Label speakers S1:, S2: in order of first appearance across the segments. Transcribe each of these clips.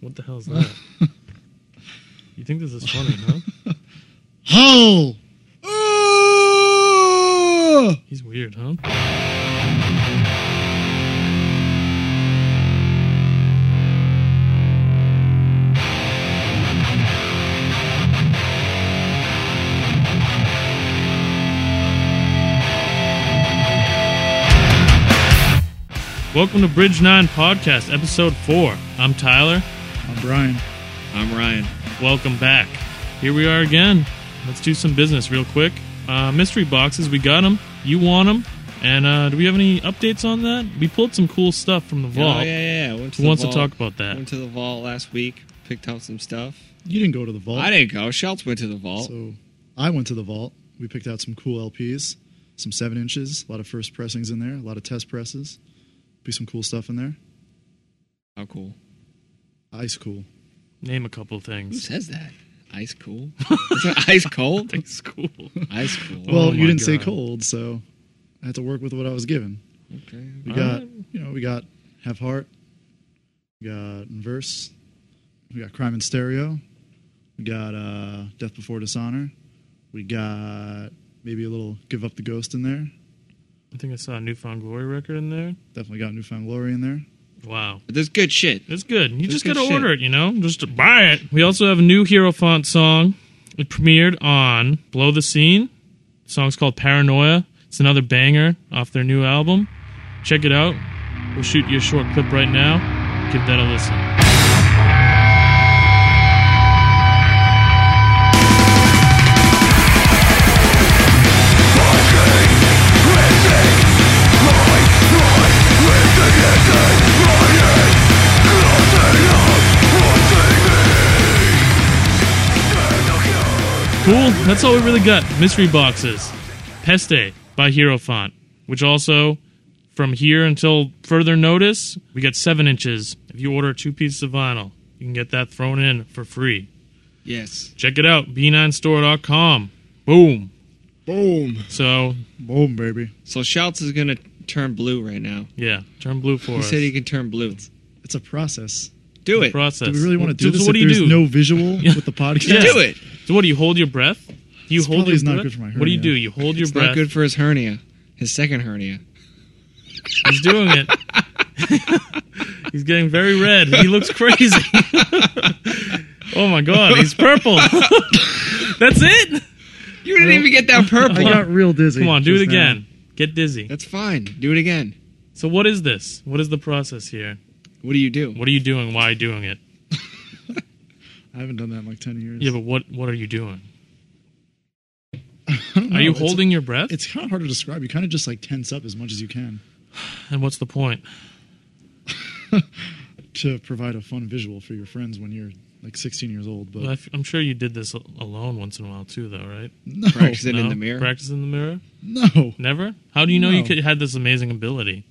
S1: What the hell is that? you think this is funny, huh?
S2: Howl! Ah!
S1: He's weird, huh? Welcome to Bridge 9 Podcast, Episode 4. I'm Tyler.
S2: I'm Brian.
S3: I'm Ryan.
S1: Welcome back. Here we are again. Let's do some business real quick. Uh, mystery boxes, we got them. You want them. And uh, do we have any updates on that? We pulled some cool stuff from the vault.
S3: Oh, yeah, yeah. yeah. Went to
S1: Who
S3: the
S1: wants to
S3: vault.
S1: talk about that?
S3: Went to the vault last week, picked out some stuff.
S2: You didn't go to the vault.
S3: I didn't go. Schultz went to the vault.
S2: So I went to the vault. We picked out some cool LPs, some seven inches, a lot of first pressings in there, a lot of test presses. Be some cool stuff in there.
S3: How cool.
S2: Ice cool.
S1: Name a couple
S3: Who
S1: things.
S3: says that? Ice cool? Is that ice cold?
S1: It's cool.
S3: Ice cool.
S2: Well,
S1: Oh
S2: you
S1: my
S2: didn't say
S1: God.
S2: cold, so I had to work with what I was given.
S3: okay.
S2: We
S1: All
S2: got,
S1: right.
S2: you know, we got Have Heart, we got Inverse, we got Crime and Stereo, we got uh, Death Before Dishonor, we got maybe a little Give Up the Ghost in there.
S1: I think I saw a Newfound Glory record in there.
S2: Definitely got Newfound Glory in there.
S1: Wow.
S3: But there's good shit.
S1: It's good. You
S3: That's
S1: just
S3: good
S1: gotta
S3: shit.
S1: order it, you know? Just buy it. We also have a new Hero Font song. It premiered on Blow the Scene. The song's called Paranoia. It's another banger off their new album. Check it out. We'll shoot you a short clip right now. Give that a listen. Cool. That's all we really got. Mystery boxes. Peste by Hero Font, which also, from here until further notice, we got seven inches. If you order two pieces of vinyl, you can get that thrown in for free.
S3: Yes.
S1: Check it out. B9store.com. Boom.
S3: Boom.
S1: So,
S2: Boom, baby.
S3: So Schultz is going to turn blue right now.
S1: yeah, turn blue for
S3: He
S1: us.
S3: said he can turn blue.
S2: It's a process.
S3: Do it.
S1: Process.
S2: Do we really want to
S1: Well, so
S2: do this
S1: What do
S2: if
S1: you
S2: there's
S1: do?
S2: no visual
S1: Yeah.
S2: with the podcast?
S1: Yeah.
S3: Do it.
S1: So what do you hold your breath? Do you
S2: This
S1: hold
S2: probably
S1: your
S2: is not
S1: breath?
S2: good for my
S1: What do you
S2: hernia.
S1: do? You hold your
S3: It's
S1: breath.
S3: not good for his hernia, his second hernia.
S1: He's doing it. he's getting very red. He looks crazy. oh my god, he's purple. That's it.
S3: You didn't even get that
S2: I
S3: purple.
S2: got real dizzy.
S1: Come on, do it
S2: just now.
S1: again. Get dizzy.
S3: That's fine. Do it again.
S1: So what is this? What is the process here?
S3: What do you do?
S1: What are you doing? Why are you doing it?
S2: I haven't done that in like 10 years.
S1: Yeah, but what what are you doing?
S2: I don't know.
S1: Are you
S2: It's-
S1: holding your breath?
S2: It's, kind of hard to describe. You kind of just like tense up as much as you can
S1: And what's the point?
S2: to provide a fun visual for your friends when you're like 16 years old. But
S1: Well, I f- I'm sure you did this al- alone once in a while too, though, right?
S2: no,
S3: Practice it in
S1: No?
S3: the mirror.
S1: Practice in the mirror.
S2: no.
S1: Never. How do you know you
S2: No.
S1: could had this amazing ability?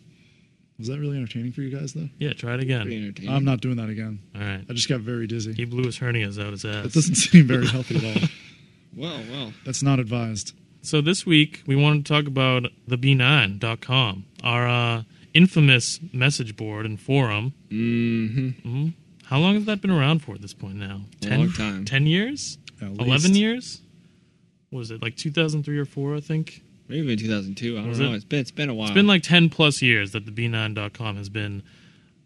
S2: Was that really entertaining for you guys though?
S1: Yeah, try it
S3: Pretty
S1: again.
S3: entertaining.
S2: I'm not doing that again.
S1: All right.
S2: I just got very dizzy.
S1: He blew his hernias out his ass.
S2: That doesn't seem very healthy at all.
S3: Well, well.
S2: That's not advised.
S1: So this week we wanted to talk about the B9.com, our uh, infamous message board and forum.
S3: Mm-hmm.
S1: Mhm. How long has that been around for at this point now?
S3: A long time.
S1: Ten years?
S2: At
S1: Eleven
S2: least.
S1: years? What was it like 2003 or four? I think
S3: Maybe in 2002. I don't
S1: Was
S3: know.
S1: it?
S3: It's been it's been a while.
S1: it's been like 10 plus years that the B9.com has been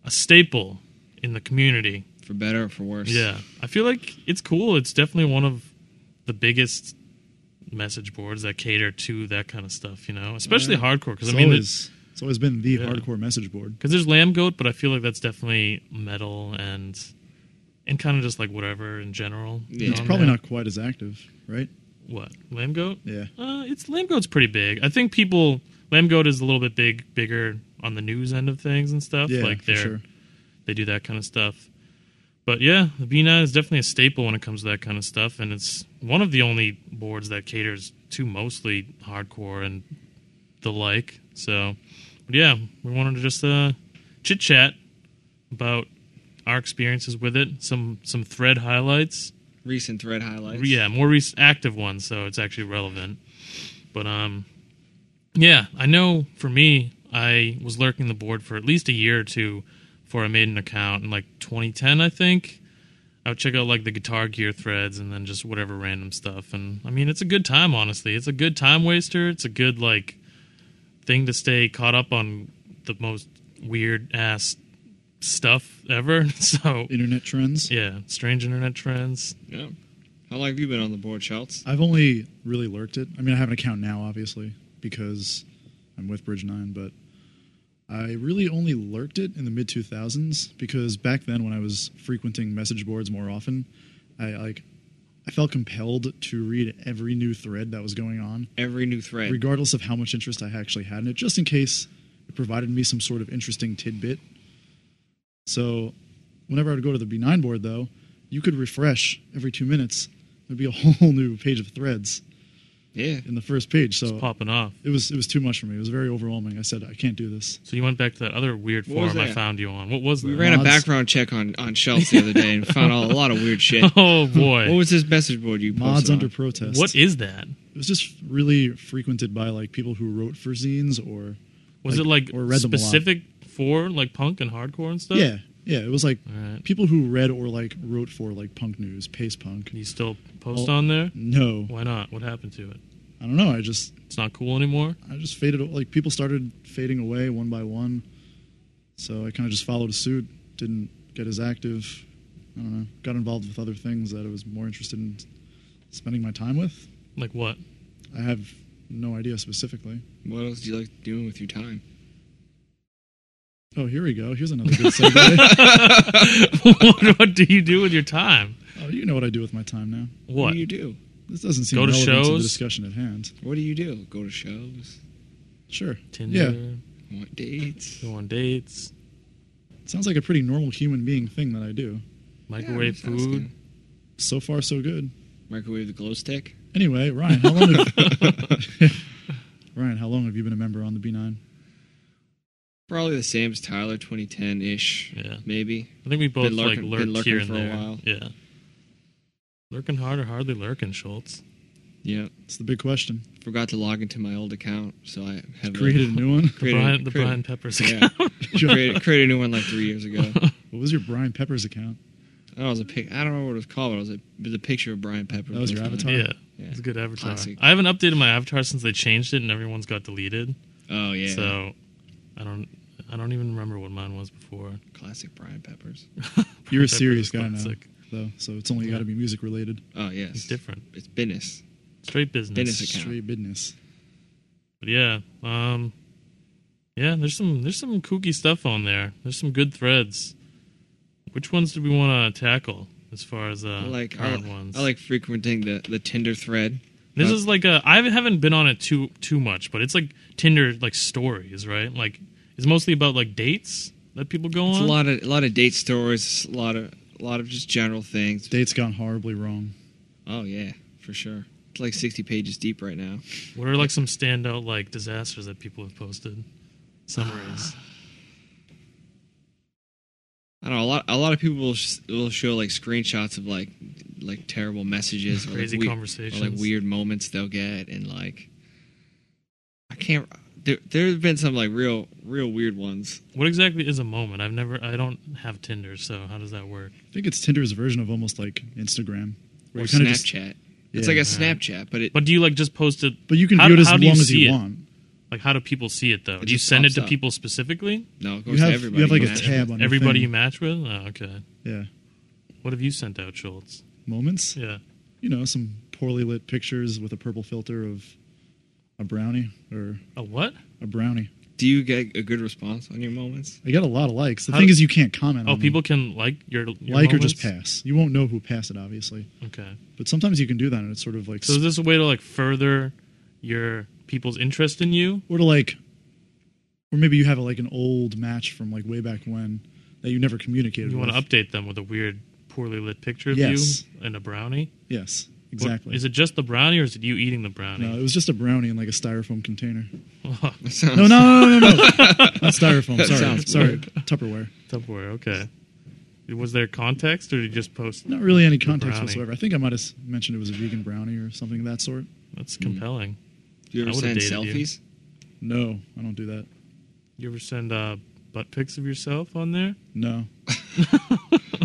S1: a staple in the community.
S3: for better or for worse.
S1: Yeah, I feel like it's cool. It's definitely one of the biggest message boards that cater to that kind of stuff. You know, especially hardcore because
S2: It's,
S1: I mean. the-
S2: always, it's always been the
S1: Yeah.
S2: hardcore message board.
S1: Because there's lamb goat, but I feel like that's definitely metal and and kind of just like whatever in general.
S3: Yeah.
S2: It's
S1: on
S2: probably
S1: there.
S2: not quite as active, right?
S1: what lamb goat.
S2: Yeah.
S1: Uh, it's lamb goat's pretty big. I think people lamb goat is a little bit big, bigger on the news end of things and stuff.
S2: Yeah,
S1: like
S2: for
S1: they're
S2: sure.
S1: they do that kind of stuff. But yeah, the B9 is definitely a staple when it comes to that kind of stuff, and it's one of the only boards that caters to mostly hardcore and the like. So, but yeah, we wanted to just uh, chit chat about our experiences with it, some some thread highlights,
S3: Recent thread highlights.
S1: yeah, more rec active ones, so it's actually relevant. But um, yeah, I know for me, I was lurking the board for at least a year or two before I made an account in like 2010, I think. I would check out like the Guitar Gear threads and then just whatever random stuff. And I mean, it's a good time, honestly. It's a good time waster. It's a good like thing to stay caught up on the most weird ass stuff ever. So
S2: Internet trends.
S1: yeah, strange internet trends.
S3: Yeah. How long have you been on the board, Schultz?
S2: I've only really lurked it. I mean, I have an account now, obviously, because I'm with Bridge Nine, but I really only lurked it in the mid 2000s because back then, when I was frequenting message boards more often, I like I felt compelled to read every new thread that was going on,
S3: Every new thread.
S2: regardless of how much interest I actually had in it, just in case it provided me some sort of interesting tidbit. So, whenever I would go to the B9 board, though, you could refresh every two minutes. There'd be a whole new page of threads
S3: yeah.
S2: in the first page.
S1: It's
S2: So
S1: popping off.
S2: it was it was too much for me. It was very overwhelming. I said I can't do this.
S1: So you went back to that other weird
S3: What was
S1: forum I
S3: that?
S1: found you on. What was that?
S3: We ran a
S2: Mods.
S3: background check on, on Schultz the other day and found out a lot of weird shit.
S1: oh boy.
S3: What was this message board you posted
S2: Mods
S3: on?
S2: under protest.
S1: What is that?
S2: It was just really frequented by like people who wrote for zines or
S1: Was
S2: Like,
S1: it
S2: or
S1: like
S2: read them a lot.
S1: specific for like punk and hardcore and stuff?
S2: yeah yeah. It was like
S1: All right.
S2: people who read or like wrote for like punk news, pace punk.
S1: You still post
S2: Oh.
S1: on there?
S2: No,
S1: Why not? What happened to it?
S2: I don't know. I just
S1: It's not cool anymore.
S2: I just faded. Like people started fading away one by one. So I kind of just followed suit. Didn't get as active. I don't know. Got involved with other things that I was more interested in spending my time with.
S1: Like what?
S2: I have no idea specifically.
S3: What else do you like doing with your time?
S2: Oh, here we go. Here's another good segue.
S1: what, what do you do with your time?
S2: oh, you know what I do with my time now.
S3: What
S1: What?
S3: do you do?
S2: This doesn't seem
S1: Go to
S2: relevant to the
S1: shows?
S2: discussion at hand.
S3: What do you do? Go to shows?
S2: Sure.
S1: Tinder,
S3: Want dates?
S1: go on dates,
S2: Sounds like a pretty normal human being thing that I do.
S1: microwave
S3: Yeah, I'm just
S1: food.
S3: asking.
S2: So far, so good.
S3: Microwave the glow stick?
S2: Anyway, Ryan, how long have Ryan, how long have you been a member on the B9?
S3: Probably the same as Tyler, 2010 ish,
S1: Yeah.
S3: maybe.
S1: I think we both
S3: Been lurking-
S1: like
S3: been
S1: lurked
S3: lurking
S1: here and
S3: for a
S1: there.
S3: while.
S1: Yeah. Lurking hard or hardly lurking, Schultz.
S3: Yeah.
S2: It's the big question.
S3: Forgot to log into my old account, so I have
S2: Created a new one.
S1: The
S3: created-
S1: Brian, the
S3: created-
S1: Brian Peppers
S3: Yeah.
S1: account.
S3: created, created a new one like three years ago.
S2: What was your Brian Peppers account?
S3: I was a pic. I don't remember what it was called, but it was a, it was a picture of Brian Pepper.
S2: That was your avatar?
S1: Yeah,
S3: Yeah.
S1: it's a good avatar.
S3: Classic.
S1: I haven't updated my avatar since they changed it, and everyone's got deleted.
S3: Oh yeah.
S1: So I don't, I don't even remember what mine was before.
S3: Classic Brian Peppers.
S2: You're
S1: Pepper
S2: a serious
S1: is
S2: guy now,
S1: classic.
S2: though, so it's only
S1: Yeah.
S2: got to be music related.
S3: Oh yes.
S1: It's different,
S3: It's business.
S1: straight business.
S3: Business account.
S2: Straight business.
S1: But yeah, um, yeah. There's some, there's some kooky stuff on there. There's some good threads. Which ones do we want to tackle as far as uh,
S3: I like I,
S1: current ones?
S3: I like frequenting the the Tinder thread.
S1: This is like a I haven't been on it too too much, but it's like Tinder like stories, right? Like it's mostly about like dates that people go
S3: It's a
S1: on.
S3: lot of a lot of date stories. A lot of a lot of just general things.
S2: Date's gone horribly wrong.
S3: Oh yeah, for sure. It's like sixty pages deep right now.
S1: What are like some standout like disasters that people have posted? Summaries.
S3: I don't know a lot. A lot of people will, sh- will show like screenshots of like like terrible messages, or, like,
S1: Crazy
S3: we-
S1: conversations.
S3: or like weird moments they'll get, and like I can't. There, there's been some like real, real weird ones.
S1: What exactly is a moment? I've never I don't have Tinder, so how does that work?
S2: I think it's Tinder's version of almost like Instagram.
S3: Or
S2: you kinda
S3: Snapchat.
S2: just-
S3: It's
S2: Yeah. uh-huh.
S3: like a Snapchat, but it.
S1: But do you like just post it
S2: but you can
S1: How
S2: view
S1: do-
S2: it as
S1: how
S2: long
S1: do you
S2: as
S1: see
S2: you
S1: it?
S2: want.
S1: like how do people see it though?
S3: It
S1: do you
S3: just
S1: send it
S3: pops
S1: to
S3: up.
S1: people specifically?
S3: no, it goes
S2: You have
S3: to
S2: you
S3: everybody.
S2: have like a
S3: match.
S2: tab on your
S1: Everybody you
S2: thing.
S1: match with? Oh, okay.
S2: yeah
S1: What have you sent out, Schultz?
S2: moments.
S1: Yeah.
S2: you know, some poorly lit pictures with a purple filter of a brownie or
S1: A what?
S2: a brownie.
S3: Do you get a good response on your moments?
S2: I got a lot of likes. The
S1: How
S2: thing
S1: do-
S2: is, you can't comment.
S1: Oh,
S2: on them.
S1: people can like your, your
S2: Um, like or just
S1: moments?
S2: pass. You won't know who passed it, obviously.
S1: Okay.
S2: But sometimes you can do that, and it's sort of like
S1: So is this a way to like further your people's interest in you?
S2: or to like, or maybe you have like an old match from like way back when that you never communicated.
S1: You
S2: with.
S1: want to update them with a weird, poorly lit picture of
S2: Yes.
S1: you and a brownie?
S2: Yes,
S1: What-
S2: exactly.
S1: Is it just the brownie or is it you eating the
S2: no,
S1: brownie? Oh,
S2: it was just a brownie in like a styrofoam container.
S3: That sounds-
S2: No, no, no, no, no, no. not styrofoam.
S3: That
S2: Sorry,
S3: sounds
S2: sorry,
S3: weird.
S2: Tupperware.
S1: Tupperware, okay. Was there context or did you just post?
S2: Not really any context
S1: brownie.
S2: whatsoever. I think I might have s- mentioned it was a vegan brownie or something of that sort.
S3: Mm.
S1: That's compelling.
S3: Do you
S1: I
S3: ever
S1: would've
S3: send
S1: dated you.
S3: selfies?
S2: No, I don't do that.
S1: You ever send uh, butt pics of yourself on there?
S2: No.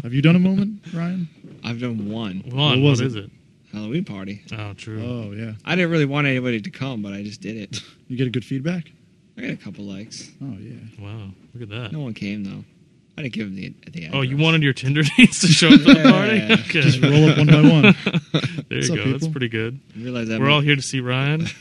S2: Have you done a moment, Ryan?
S3: I've done one
S1: One,
S2: was
S1: what
S2: it?
S1: is it?
S3: Halloween party.
S1: Oh, true.
S3: Uh,
S2: Oh yeah.
S3: I didn't really want anybody to come, but I just did it.
S2: You get a good feedback.
S3: I got a couple likes.
S2: Oh yeah.
S1: wow, look at that.
S3: No one came though. I didn't give them the the.
S1: oh, you
S3: address.
S1: wanted your Tinder dates to show up at the party?
S3: Yeah.
S1: Okay.
S2: Just roll up one by one.
S1: there
S2: What's
S1: you
S2: up,
S1: go. That's
S2: people?
S1: pretty good.
S3: I realize that
S1: We're all here to see Ryan.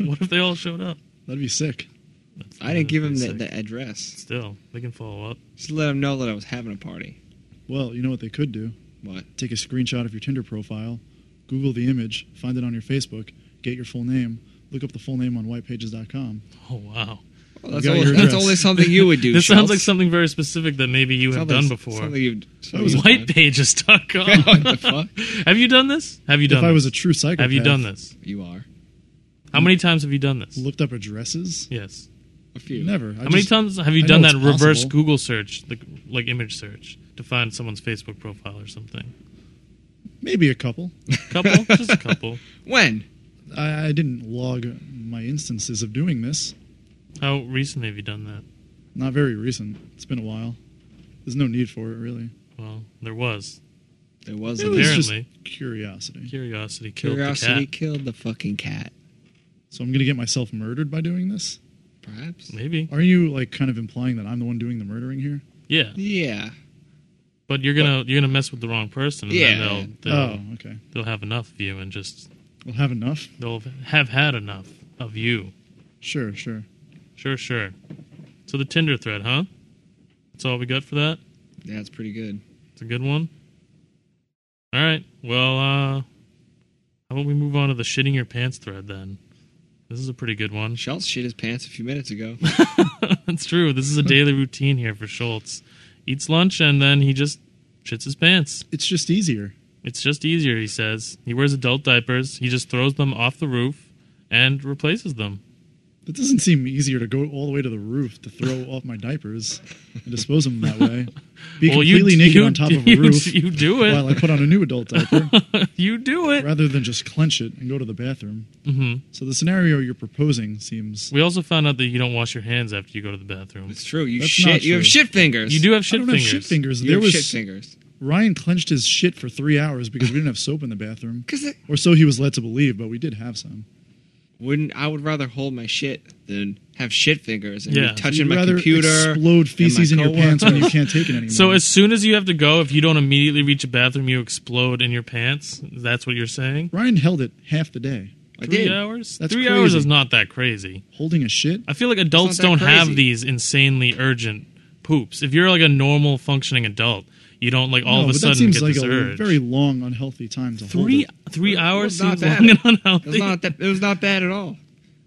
S1: what if they all showed up?
S2: That'd be sick.
S1: That's-
S3: I
S1: that'd
S3: didn't give
S1: be
S3: them the,
S1: sick.
S3: the address.
S1: Still, they can follow up.
S3: Just to let them know that I was having a party.
S2: Well, you know what they could do?
S3: What?
S2: Take a screenshot of your Tinder profile, Google the image, find it on your Facebook, get your full name, look up the full name on whitepages.com.
S1: Oh wow,
S3: Well, that's,
S2: got
S3: only,
S2: your
S3: that's
S2: address.
S3: only something you would do.
S1: this sounds
S3: Schultz.
S1: like something very specific that maybe you have
S3: Something-
S1: done before.
S3: Something you've, something you've done.
S1: Whitepages.com.
S3: what the fuck?
S1: have you done this? Have you done?
S2: If I
S1: this?
S2: was a true psychopath,
S1: have you done this?
S3: You are
S1: How many times have you done this?
S2: Looked up addresses?
S1: Yes.
S3: a few.
S2: Never.
S1: How many times have you
S2: I
S1: done
S2: know
S1: that
S2: it's
S1: reverse
S2: possible.
S1: Google search, like, like image search, to find someone's Facebook profile or something?
S2: Maybe a couple.
S1: Couple, just a couple.
S3: When?
S2: I, I didn't log my instances of doing this.
S1: How recently have you done that?
S2: Not very recent. It's been a while. There's no need for it, really.
S1: Well, there was
S3: There was
S2: It
S3: a
S2: was
S1: Apparently.
S2: just curiosity.
S1: curiosity killed
S3: curiosity
S1: the cat.
S3: killed the fucking cat.
S2: So I'm going to get myself murdered by doing this?
S3: Perhaps.
S1: Maybe,
S2: Are you, like, kind of implying that I'm the one doing the murdering here?
S1: yeah.
S3: Yeah.
S1: But you're gonna you're gonna mess with the wrong person, and
S3: Yeah.
S1: then they'll they'll,
S2: Oh, okay.
S1: they'll have enough of you, and just
S2: We'll have enough?
S1: they'll have had enough of you.
S2: Sure, sure.
S1: Sure, sure. So the Tinder thread, huh? That's all we got for that.
S3: That's pretty good.
S1: It's a good one. All right. Well, uh, how about we move on to the shitting your pants thread then? This is a pretty good one.
S3: Schultz shit his pants a few minutes ago.
S1: That's true. This is a daily routine here for Schultz. Eats lunch and then he just shits his pants.
S2: It's just easier.
S1: It's just easier, he says. He wears adult diapers. He just throws them off the roof and replaces them.
S2: It doesn't seem easier to go all the way to the roof to throw off my diapers and dispose of them that way. Be completely naked on top of a
S1: you-
S2: roof
S1: You do
S2: while
S1: it.
S2: I put on a new adult diaper
S1: you do it.
S2: rather than just clench it and go to the bathroom.
S1: hmm
S2: So the scenario you're proposing seems
S1: We also found out that you don't wash your hands after you go to the bathroom.
S3: It's true. You
S2: That's
S3: shit.
S2: not
S3: You have
S2: true.
S3: shit fingers.
S1: You do have shit
S2: I don't
S1: fingers.
S2: have shit fingers.
S3: You
S2: there
S3: have
S2: was
S3: shit fingers.
S2: Ryan clenched his shit for three hours because we didn't have soap in the bathroom,
S3: Because it
S2: or so he was led to believe. But we did have some.
S3: wouldn't. I would rather hold my shit than have shit fingers and
S1: Yeah.
S3: be touching
S2: You'd
S3: my
S2: rather
S3: computer.
S2: explode feces in
S3: and my
S2: your pants when you
S3: coworkers.
S2: can't take it anymore.
S1: So as soon as you have to go, if you don't immediately reach a bathroom, you explode in your pants. That's what you're saying.
S2: Ryan held it half the day,
S3: I
S1: Three
S3: did.
S1: hours.
S2: That's
S1: Three hours
S2: crazy.
S1: is not that crazy.
S2: holding a shit.
S1: I feel like adults
S3: It's not
S1: don't
S3: that
S1: have
S3: crazy.
S1: these insanely urgent poops. If you're like a normal functioning adult, you don't like all of
S2: No,
S1: a
S2: but
S1: sudden
S2: that seems
S1: get
S2: like
S1: this
S2: a
S1: urge.
S2: very long, unhealthy time to hold
S1: three
S2: it.
S1: three hours
S3: not
S1: seems long
S3: that.
S1: and
S3: It was
S1: unhealthy.
S3: not that. It was not bad at all. I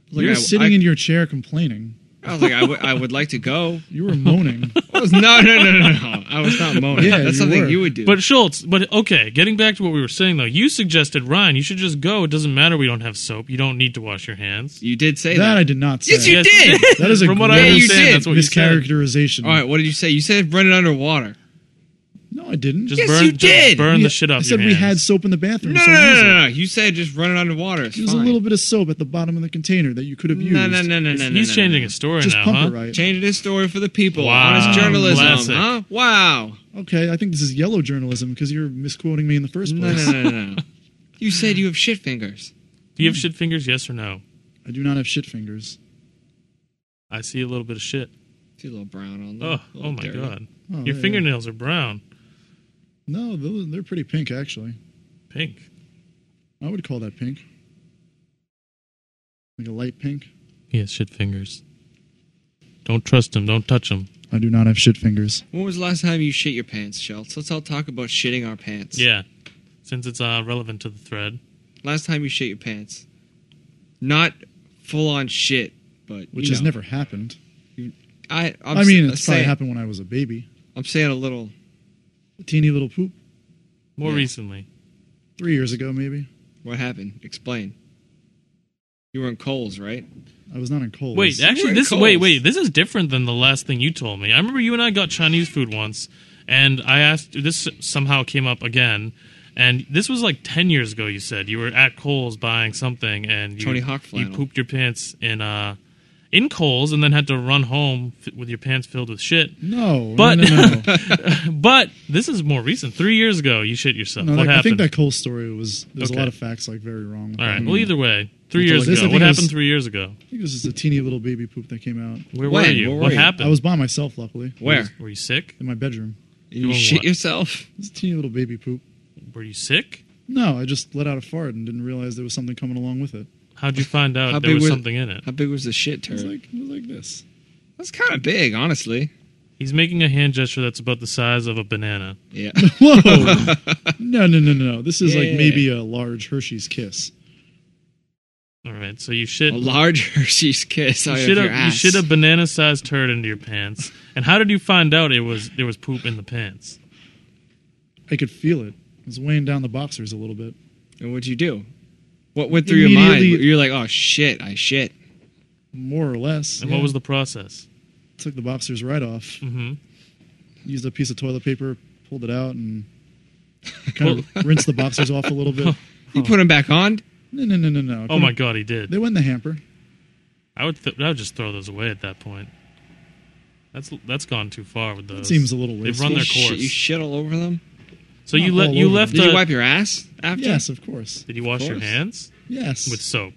S3: was like,
S2: You're
S3: I-
S2: sitting
S3: I-
S2: in your chair complaining.
S3: I was like, I would- I would like to go.
S2: You were moaning.
S3: I was, no, no, no, no, no. I was not moaning.
S2: Yeah,
S3: That's
S2: you
S3: something
S2: were.
S3: you would do.
S1: But Schultz, but okay, getting back to what we were saying though, you suggested Ryan, you should just go. It doesn't matter. We don't have soap. You don't need to wash your hands.
S3: you did say
S2: that I
S3: that.
S2: did not say.
S3: Yes, you
S1: Yes,
S3: did.
S2: That is a
S1: from what I
S2: gross
S3: Yeah, you
S1: understand.
S3: did.
S1: That's what you said.
S2: Mischaracterization.
S3: All right, what did you say? You said run it underwater.
S2: No, I didn't.
S1: Just
S3: Yes,
S1: burn,
S3: you
S1: just
S3: did.
S1: burn
S2: We-
S1: the shit off
S2: I said
S1: your
S2: we
S1: hands.
S2: had soap in the bathroom.
S3: No,
S2: so
S3: no,
S2: use
S3: no,
S2: it.
S3: no, no. You said just run it underwater. It's
S2: There's a
S3: fine.
S2: little bit of soap at the bottom of the container that you could have used.
S3: No, no, no, no, no.
S1: He's
S3: no,
S1: changing
S3: no,
S1: his story
S2: Just
S1: now,
S2: pump
S1: huh?
S2: it right.
S3: Changing his story for the people.
S1: Wow,
S3: Honest journalism,
S1: classic.
S3: huh? Wow.
S2: Okay, I think this is yellow journalism because you're misquoting me in the first
S3: No,
S2: place.
S3: no, no, no, no. You said you have shit fingers.
S1: Do you have shit fingers? Yes or no?
S2: I do not have shit fingers. Oh,
S1: I see a little bit of shit.
S3: See a little brown on them.
S1: Oh,
S3: a little
S1: oh my
S3: dirty.
S1: god!
S2: Oh,
S1: Your
S2: yeah.
S1: fingernails are brown,
S2: No, those, they're pretty pink actually.
S1: pink.
S2: I would call that pink, like a light pink.
S1: He has shit fingers. Don't trust him. Don't touch him.
S2: I do not have shit fingers.
S3: When was the last time you shit your pants, Schultz? Let's all talk about shitting our pants.
S1: Yeah, since it's uh, relevant to the thread.
S3: Last time you shit your pants. Not full on shit, but
S2: Which
S3: you
S2: has
S3: know.
S2: never happened.
S3: I. I'm
S2: i mean, it's probably
S3: saying,
S2: happened when I was a baby.
S3: I'm saying a little.
S2: A teeny little poop.
S1: More
S3: Yeah.
S1: recently,
S2: Three years ago, maybe.
S3: What happened? Explain. You were in Coles, right?
S2: I was not in Kohl's.
S1: wait. Actually,
S3: at
S1: this wait,
S3: Kohl's.
S1: wait. This is different than the last thing you told me. I remember you and I got Chinese food once, and I asked. This somehow came up again, and this was like ten years ago. You said you were at Kohl's buying something, and you,
S3: Tony Hawk
S1: you
S3: flannel.
S1: pooped your pants in uh in Coles and then had to run home f- with your pants filled with shit.
S2: No,
S1: But-
S2: no, no, no.
S1: But this is more recent. Three years ago, you shit yourself.
S2: No,
S1: what
S2: that- I
S1: happened?
S2: think that Cole story was there's
S1: Okay.
S2: a lot of facts like very wrong.
S1: All
S3: Mm.
S1: right. Well, either way, three
S2: We'll
S1: years
S2: talk- this,
S1: ago.
S2: I think,
S1: What
S2: it
S1: happened
S2: was-
S1: three years ago?
S2: I think it was just a teeny little baby poop that came out.
S1: Where
S3: When?
S1: were you?
S3: Where were
S1: what
S3: you?
S1: happened?
S2: I was by myself, luckily,
S3: Where?
S1: Were you sick?
S2: in my bedroom.
S3: You
S1: doing
S3: shit
S1: what?
S3: yourself?
S2: It's a teeny little baby poop.
S1: Were you sick?
S2: No, I just let out a fart and didn't realize there was something coming along with it.
S1: How'd you find out
S3: How
S1: there
S3: big
S1: was
S3: was-
S1: something in it?
S3: How big was the shit
S2: It was
S3: turd?
S2: like it was like this.
S3: That's kind of big, honestly.
S1: He's making a hand gesture that's about the size of a banana.
S3: Yeah.
S2: Whoa! no, no, no, no, no. This is like
S3: Yeah.
S2: maybe a large Hershey's kiss.
S1: All right. So you
S3: a
S1: shit.
S3: large Hershey's kiss
S1: You
S3: out
S1: shit,
S3: of your
S1: a, you
S3: ass.
S1: shit a banana-sized turd into your pants. And how did you find out it was there was poop in the pants?
S2: I could feel it. It was weighing down the boxers a little bit.
S3: And what'd you do? What went through your mind?
S2: Immediately-
S3: You're like, oh shit, I shit.
S2: More or less.
S1: And
S2: yeah.
S1: what was the process?
S2: Took the boxers right off.
S1: hmm
S2: Used a piece of toilet paper, pulled it out, and kind of rinsed the boxers off a little bit.
S1: Hmm.
S3: You put him back on?
S2: No, no, no, no, no. I
S1: Oh
S2: put
S1: my
S2: it-
S1: god, he did.
S2: They went in the hamper.
S1: I would th- I would just throw those away at that point. That's that's gone too far with those.
S2: That seems a little
S1: They've
S2: wasteful.
S1: run
S3: you,
S1: their
S3: shit, you
S1: course.
S3: shit all over them?
S1: So you
S2: Not
S1: let
S2: all
S1: you
S2: over
S1: left.
S3: Did
S1: a-
S3: you wipe your ass after?
S2: Yes, of course.
S1: Did you wash your
S3: course.
S1: hands
S2: Yes.
S1: with soap?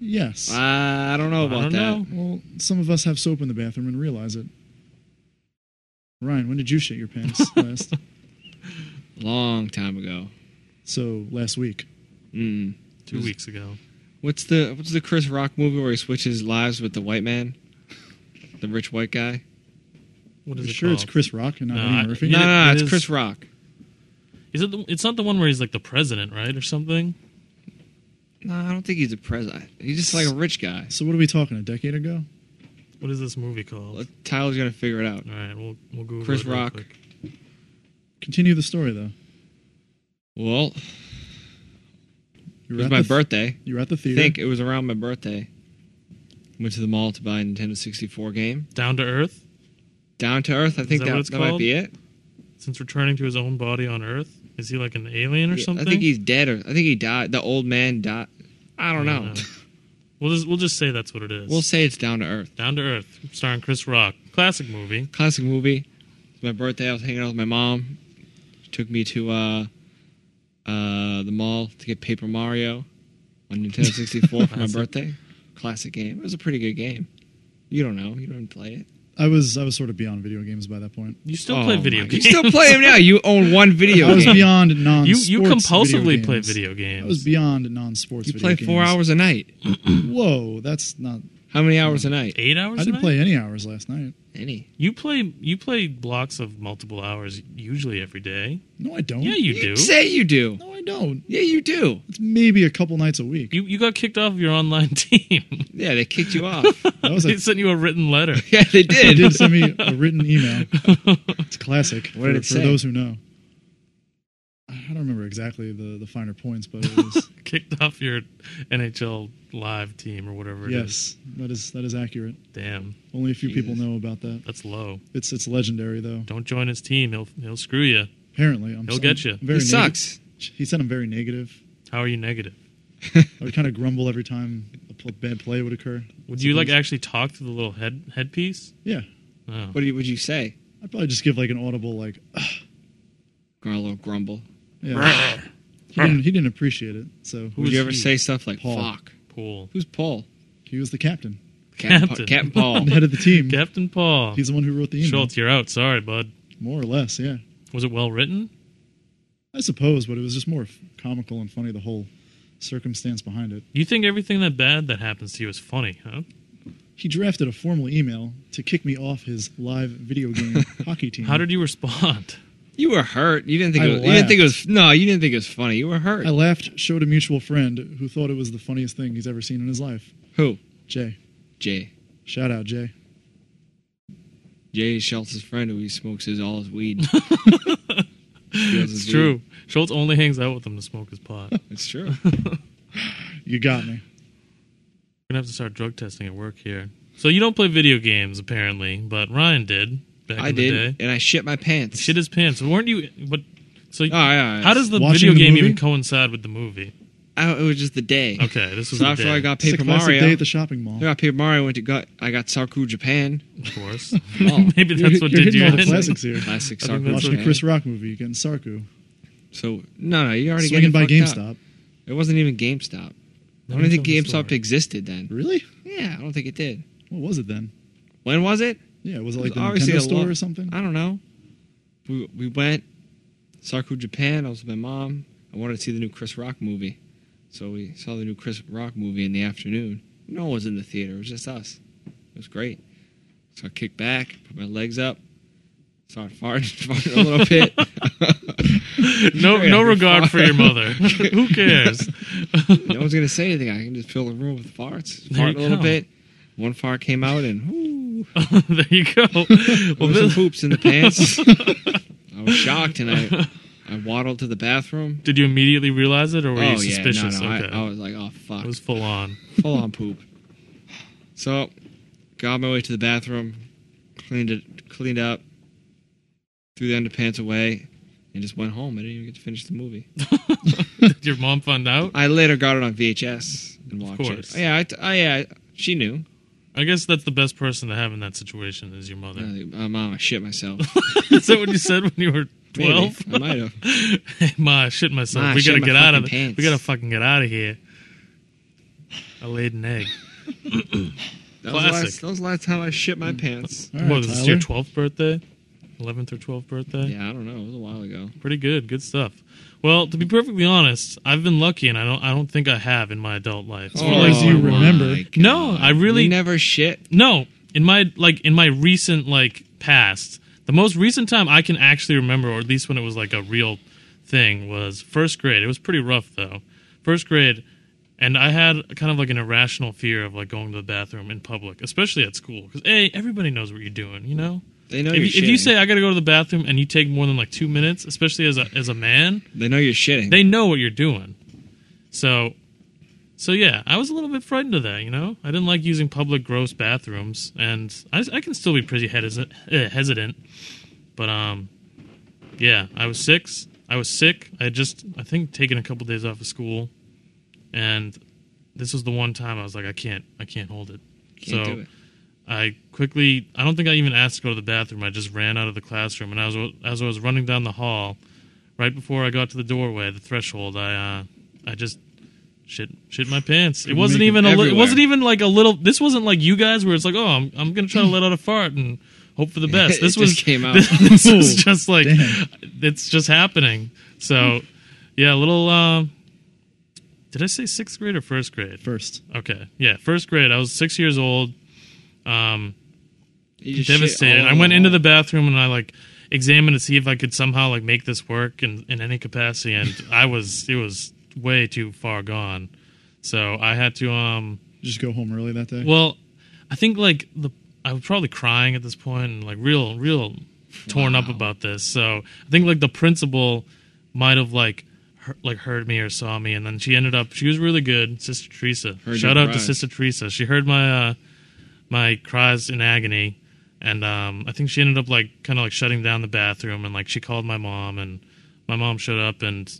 S2: yes.
S3: Uh, I don't know
S1: I
S3: about
S1: don't
S3: that.
S1: know.
S2: well, some of us have soap in the bathroom and realize it. Ryan, when did you shit your pants last?
S3: Long time ago.
S2: So last week.
S3: Mm.
S1: Two weeks ago.
S3: What's the What's the Chris Rock movie where he switches lives with the white man, the rich white guy?
S1: What
S2: I'm
S1: is it
S2: sure
S1: called?
S2: it's Chris Rock and not
S1: No, I-
S2: Eddie Murphy.
S3: No,
S1: it-
S3: no, no,
S1: it
S3: it's
S1: is-
S3: Chris Rock.
S1: Is it? The, it's not the one where he's like the president, right, or something?
S3: No, I don't think he's a president. He's just like a rich guy.
S2: So what are we talking? A decade ago?
S1: What is this movie called?
S3: Well, Tyler's gonna figure it out.
S1: All right, we'll we'll Google
S3: Chris
S1: it real
S3: Rock.
S1: quick.
S2: Continue the story though.
S3: Well,
S2: You
S3: it
S2: were
S3: was
S2: at
S3: my
S2: the th-
S3: birthday.
S2: You were at the
S3: I
S2: theater.
S3: think it was around my birthday. Went to the mall to buy a Nintendo 64 game.
S1: Down to Earth.
S3: Down to Earth. I think
S1: that
S3: that,
S1: what it's
S3: that might
S1: called?
S3: be it.
S1: Since returning to his own body on Earth, is he like an alien or
S3: Yeah,
S1: something?
S3: I think he's dead. Or I think he died. The old man died. I don't know.
S1: We'll just we'll just say that's what it is.
S3: We'll say it's Down to Earth.
S1: Down to Earth, starring Chris Rock, classic movie.
S3: Classic movie. It's my birthday. I was hanging out with my mom. She took me to uh, uh, the mall to get Paper Mario on Nintendo 64 for my
S1: Classic.
S3: birthday. Classic game. It was a pretty good game. You don't know. You don't even play it.
S2: I was I was sort of beyond video games by that point.
S1: You still
S3: Oh
S1: play
S3: my-
S1: video games.
S3: You still play them now. You own one video
S2: I was
S3: game.
S2: beyond non.
S1: you you compulsively play video
S2: I
S1: games.
S2: was beyond non-sports.
S3: you
S2: video
S3: play four
S2: games.
S3: hours a night.
S2: Whoa, that's not.
S3: How many hours a night?
S1: Eight hours.
S2: I
S1: a
S2: didn't
S1: night?
S2: play any hours last night.
S3: Any.
S1: You play you play blocks of multiple hours usually every day.
S2: No, I don't.
S1: Yeah, you do.
S3: Say you do.
S2: No, I don't.
S3: Yeah, you do.
S2: It's maybe a couple nights a week.
S1: You you got kicked off of your online team.
S3: Yeah, they kicked you off.
S2: That was
S1: they
S2: a,
S1: sent you a written letter.
S3: yeah, they
S2: they
S3: did.
S2: did send me a written email. It's classic.
S3: What did
S2: for,
S3: it
S2: for
S3: say?
S2: those who know. I don't remember exactly the, the finer points, but it was,
S1: kicked off your NHL live team or whatever it is.
S2: yes, that is that is accurate.
S1: Damn,
S2: Only a few people
S3: Jesus.
S2: know about that.
S1: that's low.
S2: It's it's legendary though.
S1: Don't join his team. He'll he'll screw you.
S2: Apparently, I'm
S1: He'll
S2: I'm
S1: get you.
S2: very
S3: He
S2: nega-
S3: sucks.
S2: He said I'm very negative.
S1: How are you negative?
S2: I would kind of grumble every time a pl- bad play would occur.
S1: Would you like actually talk through the little head headpiece?
S2: Yeah,
S1: Oh.
S3: What do you, would you say?
S2: I'd probably just give like an audible like.
S3: Garlo grumble.
S2: Yeah.
S1: Oh.
S2: he, didn't, he didn't appreciate it. So
S1: Who
S3: would
S1: is
S3: you ever
S1: he?
S3: say stuff like
S2: Paul.
S3: "fuck"?
S1: Paul,
S3: Who's Paul?
S2: he was the captain,
S3: Captain.
S1: Captain.
S3: Captain Paul.
S2: the head of the team.
S1: Captain Paul
S2: He's the one who wrote the email,
S1: Schultz, you're out. Sorry, bud.
S2: more or less. Yeah,
S1: Was it well written?
S2: I suppose, but it was just more f- comical and funny the whole circumstance behind it.
S1: You think everything that bad that happens to you is funny, huh?
S2: He drafted a formal email to kick me off his live video game hockey team.
S1: How did you respond?
S3: you were hurt. You didn't think.
S2: I
S3: It was, you didn't
S2: laughed.
S3: think it was. No, you didn't think it was funny. You were hurt.
S2: I laughed, showed a mutual friend who thought it was the funniest thing he's ever seen in his life.
S3: Who?
S2: Jay,
S3: Jay.
S2: shout out Jay.
S3: Jay Schultz's friend who he smokes his all his weed.
S1: It's true. Schultz only hangs out with him to smoke his pot. We're
S3: It's true.
S2: You got me.
S1: gonna have to start drug testing at work here. So you don't play video games apparently, but Ryan did back
S3: I
S1: in the
S3: did,
S1: day.
S3: and I shit my pants. Oh,
S1: Shit his pants. Weren't you? But so
S3: All right, all right.
S1: how does the
S2: Uh, Watching
S1: video
S2: the
S1: game
S2: movie?
S1: even coincide with the movie?
S3: I, it was just the day.
S1: Okay, this was
S3: So
S1: the
S3: after
S1: day,
S3: I got
S2: It's a
S3: Paper
S2: classic
S3: Mario,
S2: day at the shopping mall.
S3: I got Paper Mario. Went to got I got Sarku Japan.
S1: of course.
S3: Oh.
S1: Maybe
S2: You're-
S1: that's what
S2: you're
S1: did
S2: hitting
S1: you
S2: all the
S1: in.
S2: classics here.
S3: Classic
S1: I think
S3: Sarku
S1: that's
S2: Watching
S1: what-
S2: a
S3: Japan.
S2: Chris Rock movie, you're getting Sarku.
S3: So no, no, you already
S2: Swinging
S3: got
S2: by
S3: it fucked
S2: GameStop.
S3: up. It wasn't even GameStop.
S1: Let
S3: I
S1: me
S3: don't think
S1: tell the
S3: GameStop
S1: story.
S3: existed then.
S2: Really?
S3: Yeah, I don't think it did.
S2: What was it then?
S3: When was it?
S2: Yeah, was it
S3: It
S2: like
S3: was
S2: the
S3: obviously
S2: Nintendo
S3: a
S2: store
S3: lo-
S2: or something?
S3: I don't know. We we went Sarku Japan. I was with my mom. I wanted to see the new Chris Rock movie, so we saw the new Chris Rock movie in the afternoon. No one was in the theater. It was just us. It was great. So I kicked back, put my legs up, started farting, farting a little bit.
S1: No,
S3: Yeah,
S1: no
S3: I
S1: regard
S3: fart.
S1: for your mother. Who cares?
S3: no one's gonna say anything. I can just fill the room with farts.
S1: There you
S3: Fart a little
S1: go.
S3: bit. One fart came out, and whoo,
S1: there you go.
S3: well,
S1: Well,
S3: some
S1: this,
S3: poops in the pants. I was shocked, and I I waddled to the bathroom.
S1: did you immediately realize it, or were
S3: oh
S1: you
S3: yeah, no,
S1: suspicious?
S3: no,
S1: okay,
S3: I, I was like, oh fuck,
S1: it was full on.
S3: full on poop. So, got my way to the bathroom, cleaned it, cleaned up, threw the underpants away, and just went home. I didn't even get to finish the movie.
S1: Did your mom find out?
S3: I later got it on VHS and watched
S1: course.
S3: it. Oh, Yeah, I, t- I- yeah, she knew.
S1: I guess that's the best person to have in that situation is your mother.
S3: Uh, mom, I shit myself.
S1: is that what you said when you were
S3: Maybe.
S1: twelve?
S3: I might have.
S1: hey, ma, I shit myself.
S3: Ma, I
S1: we
S3: shit
S1: gotta
S3: my
S1: get out of
S3: fucking
S1: th-
S3: pants.
S1: We gotta fucking get out of here. I laid an egg.
S3: That was, the
S1: Classic.
S3: last, that was the last time I shit my pants.
S2: All
S1: What
S2: right,
S1: was this?
S2: Tyler.
S1: Your twelfth birthday, eleventh or twelfth birthday?
S3: Yeah, I don't know. It was a while ago.
S1: Pretty good. Good stuff. Well, to be perfectly honest, I've been lucky, and I don't. I don't think I have in my adult life. It's
S2: As
S1: more
S2: far
S1: like-
S2: as you
S3: Oh my
S2: remember.
S3: God.
S1: No, I really-
S3: You never shit.
S1: no, in my like in my recent like past, the most recent time I can actually remember, or at least when it was like a real thing, was first grade. It was pretty rough though. First grade, and I had kind of like an irrational fear of like going to the bathroom in public, especially at school, because hey, everybody knows what you're doing, you know.
S3: They know
S1: If
S3: you're
S1: you, if you say
S3: shitting.
S1: I got to go to the bathroom and you take more than like two minutes, especially as a as a man,
S3: they know you're shitting.
S1: they know what you're doing. So, so yeah, I was a little bit frightened of that. You know, I didn't like using public gross bathrooms, and I, I can still be pretty hesitant, eh, hesitant. But um, yeah, I was six. I was sick. I had just I think taken a couple days off of school, and this was the one time I was like, I can't, I can't hold it.
S3: Can't
S1: so
S3: do it.
S1: I quickly, I don't think I even asked to go to the bathroom. I just ran out of the classroom. And as, as I was running down the hall, right before I got to the doorway, the threshold, I, uh, I just shit, shit my pants. It
S2: You
S1: wasn't
S2: make it
S1: even a, li- it
S3: everywhere.
S1: wasn't even like a little, this wasn't like you guys where it's like, oh, I'm, I'm going to try to let out a fart and hope for the best.
S3: It
S1: This
S3: just
S1: was,
S3: came out.
S1: this is just like,
S2: Damn.
S1: it's just happening. So yeah, a little, uh, did I say sixth grade or first grade?
S2: First.
S1: Okay. Yeah. First grade. I was six years old. Um,
S3: You just shit
S1: devastated.
S3: all
S1: I went
S3: over
S1: into
S3: the
S1: the bathroom and I like examined to see if I could somehow like make this work in, in any capacity, and I was it was way too far gone. So I had to um
S2: Did you Just go home early that day.
S1: well, I think like the I was probably crying at this point and like real real torn up
S3: Wow.
S1: about this. So I think like the principal might have like her, like heard me or saw me, and then she ended up. She was really good, Sister Teresa.
S3: Heard
S1: Shout
S3: your
S1: out to
S3: cries.
S1: Sister Teresa. She heard my uh, my cries in agony, and um, I think she ended up like kind of like shutting down the bathroom, and like she called my mom, and my mom showed up and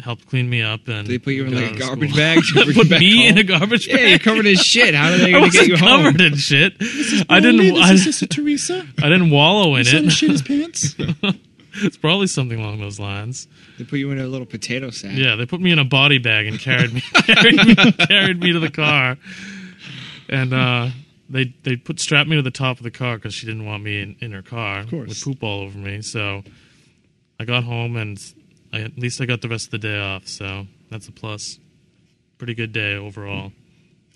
S1: helped clean me up, and
S3: wall. They put you in
S1: got
S3: like a
S1: out of
S3: garbage
S1: school.
S3: bag. to bring you
S1: Put
S3: back
S1: me in
S3: home?
S1: a garbage bag.
S3: Yeah, you're covered in shit. How are they
S1: I
S3: gonna get
S1: wasn't
S3: you
S1: covered
S3: home?
S1: in shit. I didn't.
S2: This
S1: I,
S2: is Sister Teresa.
S1: I didn't wallow in
S2: Your son
S1: it.
S2: shit his pants.
S1: It's probably something along those lines.
S3: They put you in a little potato sack.
S1: Yeah, they put me in a body bag and carried me, carried me, carried me to the car, and uh, they they put strapped me to the top of the car because she didn't want me in, in her car
S2: course.
S1: with poop all over me. So I got home and I, at least I got the rest of the day off. So that's a plus. Pretty good day overall.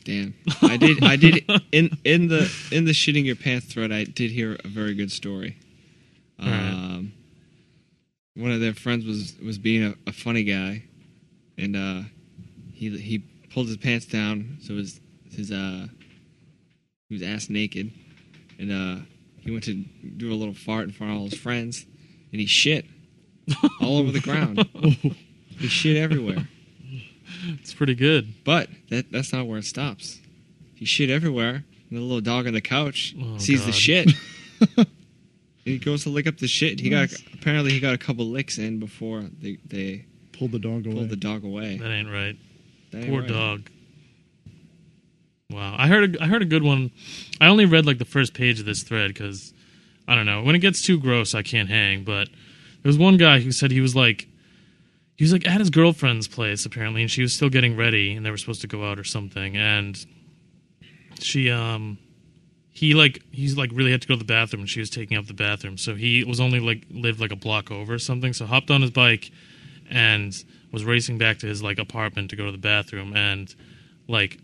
S3: Damn. I did. I did. In in the in the shitting your pants thread, I did hear a very good story.
S1: All right.
S3: Um, one of their friends was was being a, a funny guy, and uh, he he pulled his pants down, so his his uh he was ass naked, and uh he went to do a little fart in front of all his friends, and he shit all over the ground. he shit everywhere.
S1: It's pretty good.
S3: But that that's not where it stops. He shit everywhere. And the little dog on the couch
S1: Oh,
S3: sees the
S1: God.
S3: shit. And he goes to lick up the shit. He got apparently he got a couple licks in before they they
S2: pulled the dog away.
S3: Pulled the dog away.
S1: That ain't right.
S3: That ain't
S1: Poor
S3: right.
S1: dog. Wow, I heard a, I heard a good one. I only read like the first page of this thread because I don't know when it gets too gross, I can't hang. But there was one guy who said he was like he was like at his girlfriend's place apparently, and she was still getting ready, and they were supposed to go out or something, and she um he like he's like really had to go to the bathroom and she was taking up the bathroom so he was only like lived like a block over or something so hopped on his bike and was racing back to his like apartment to go to the bathroom and like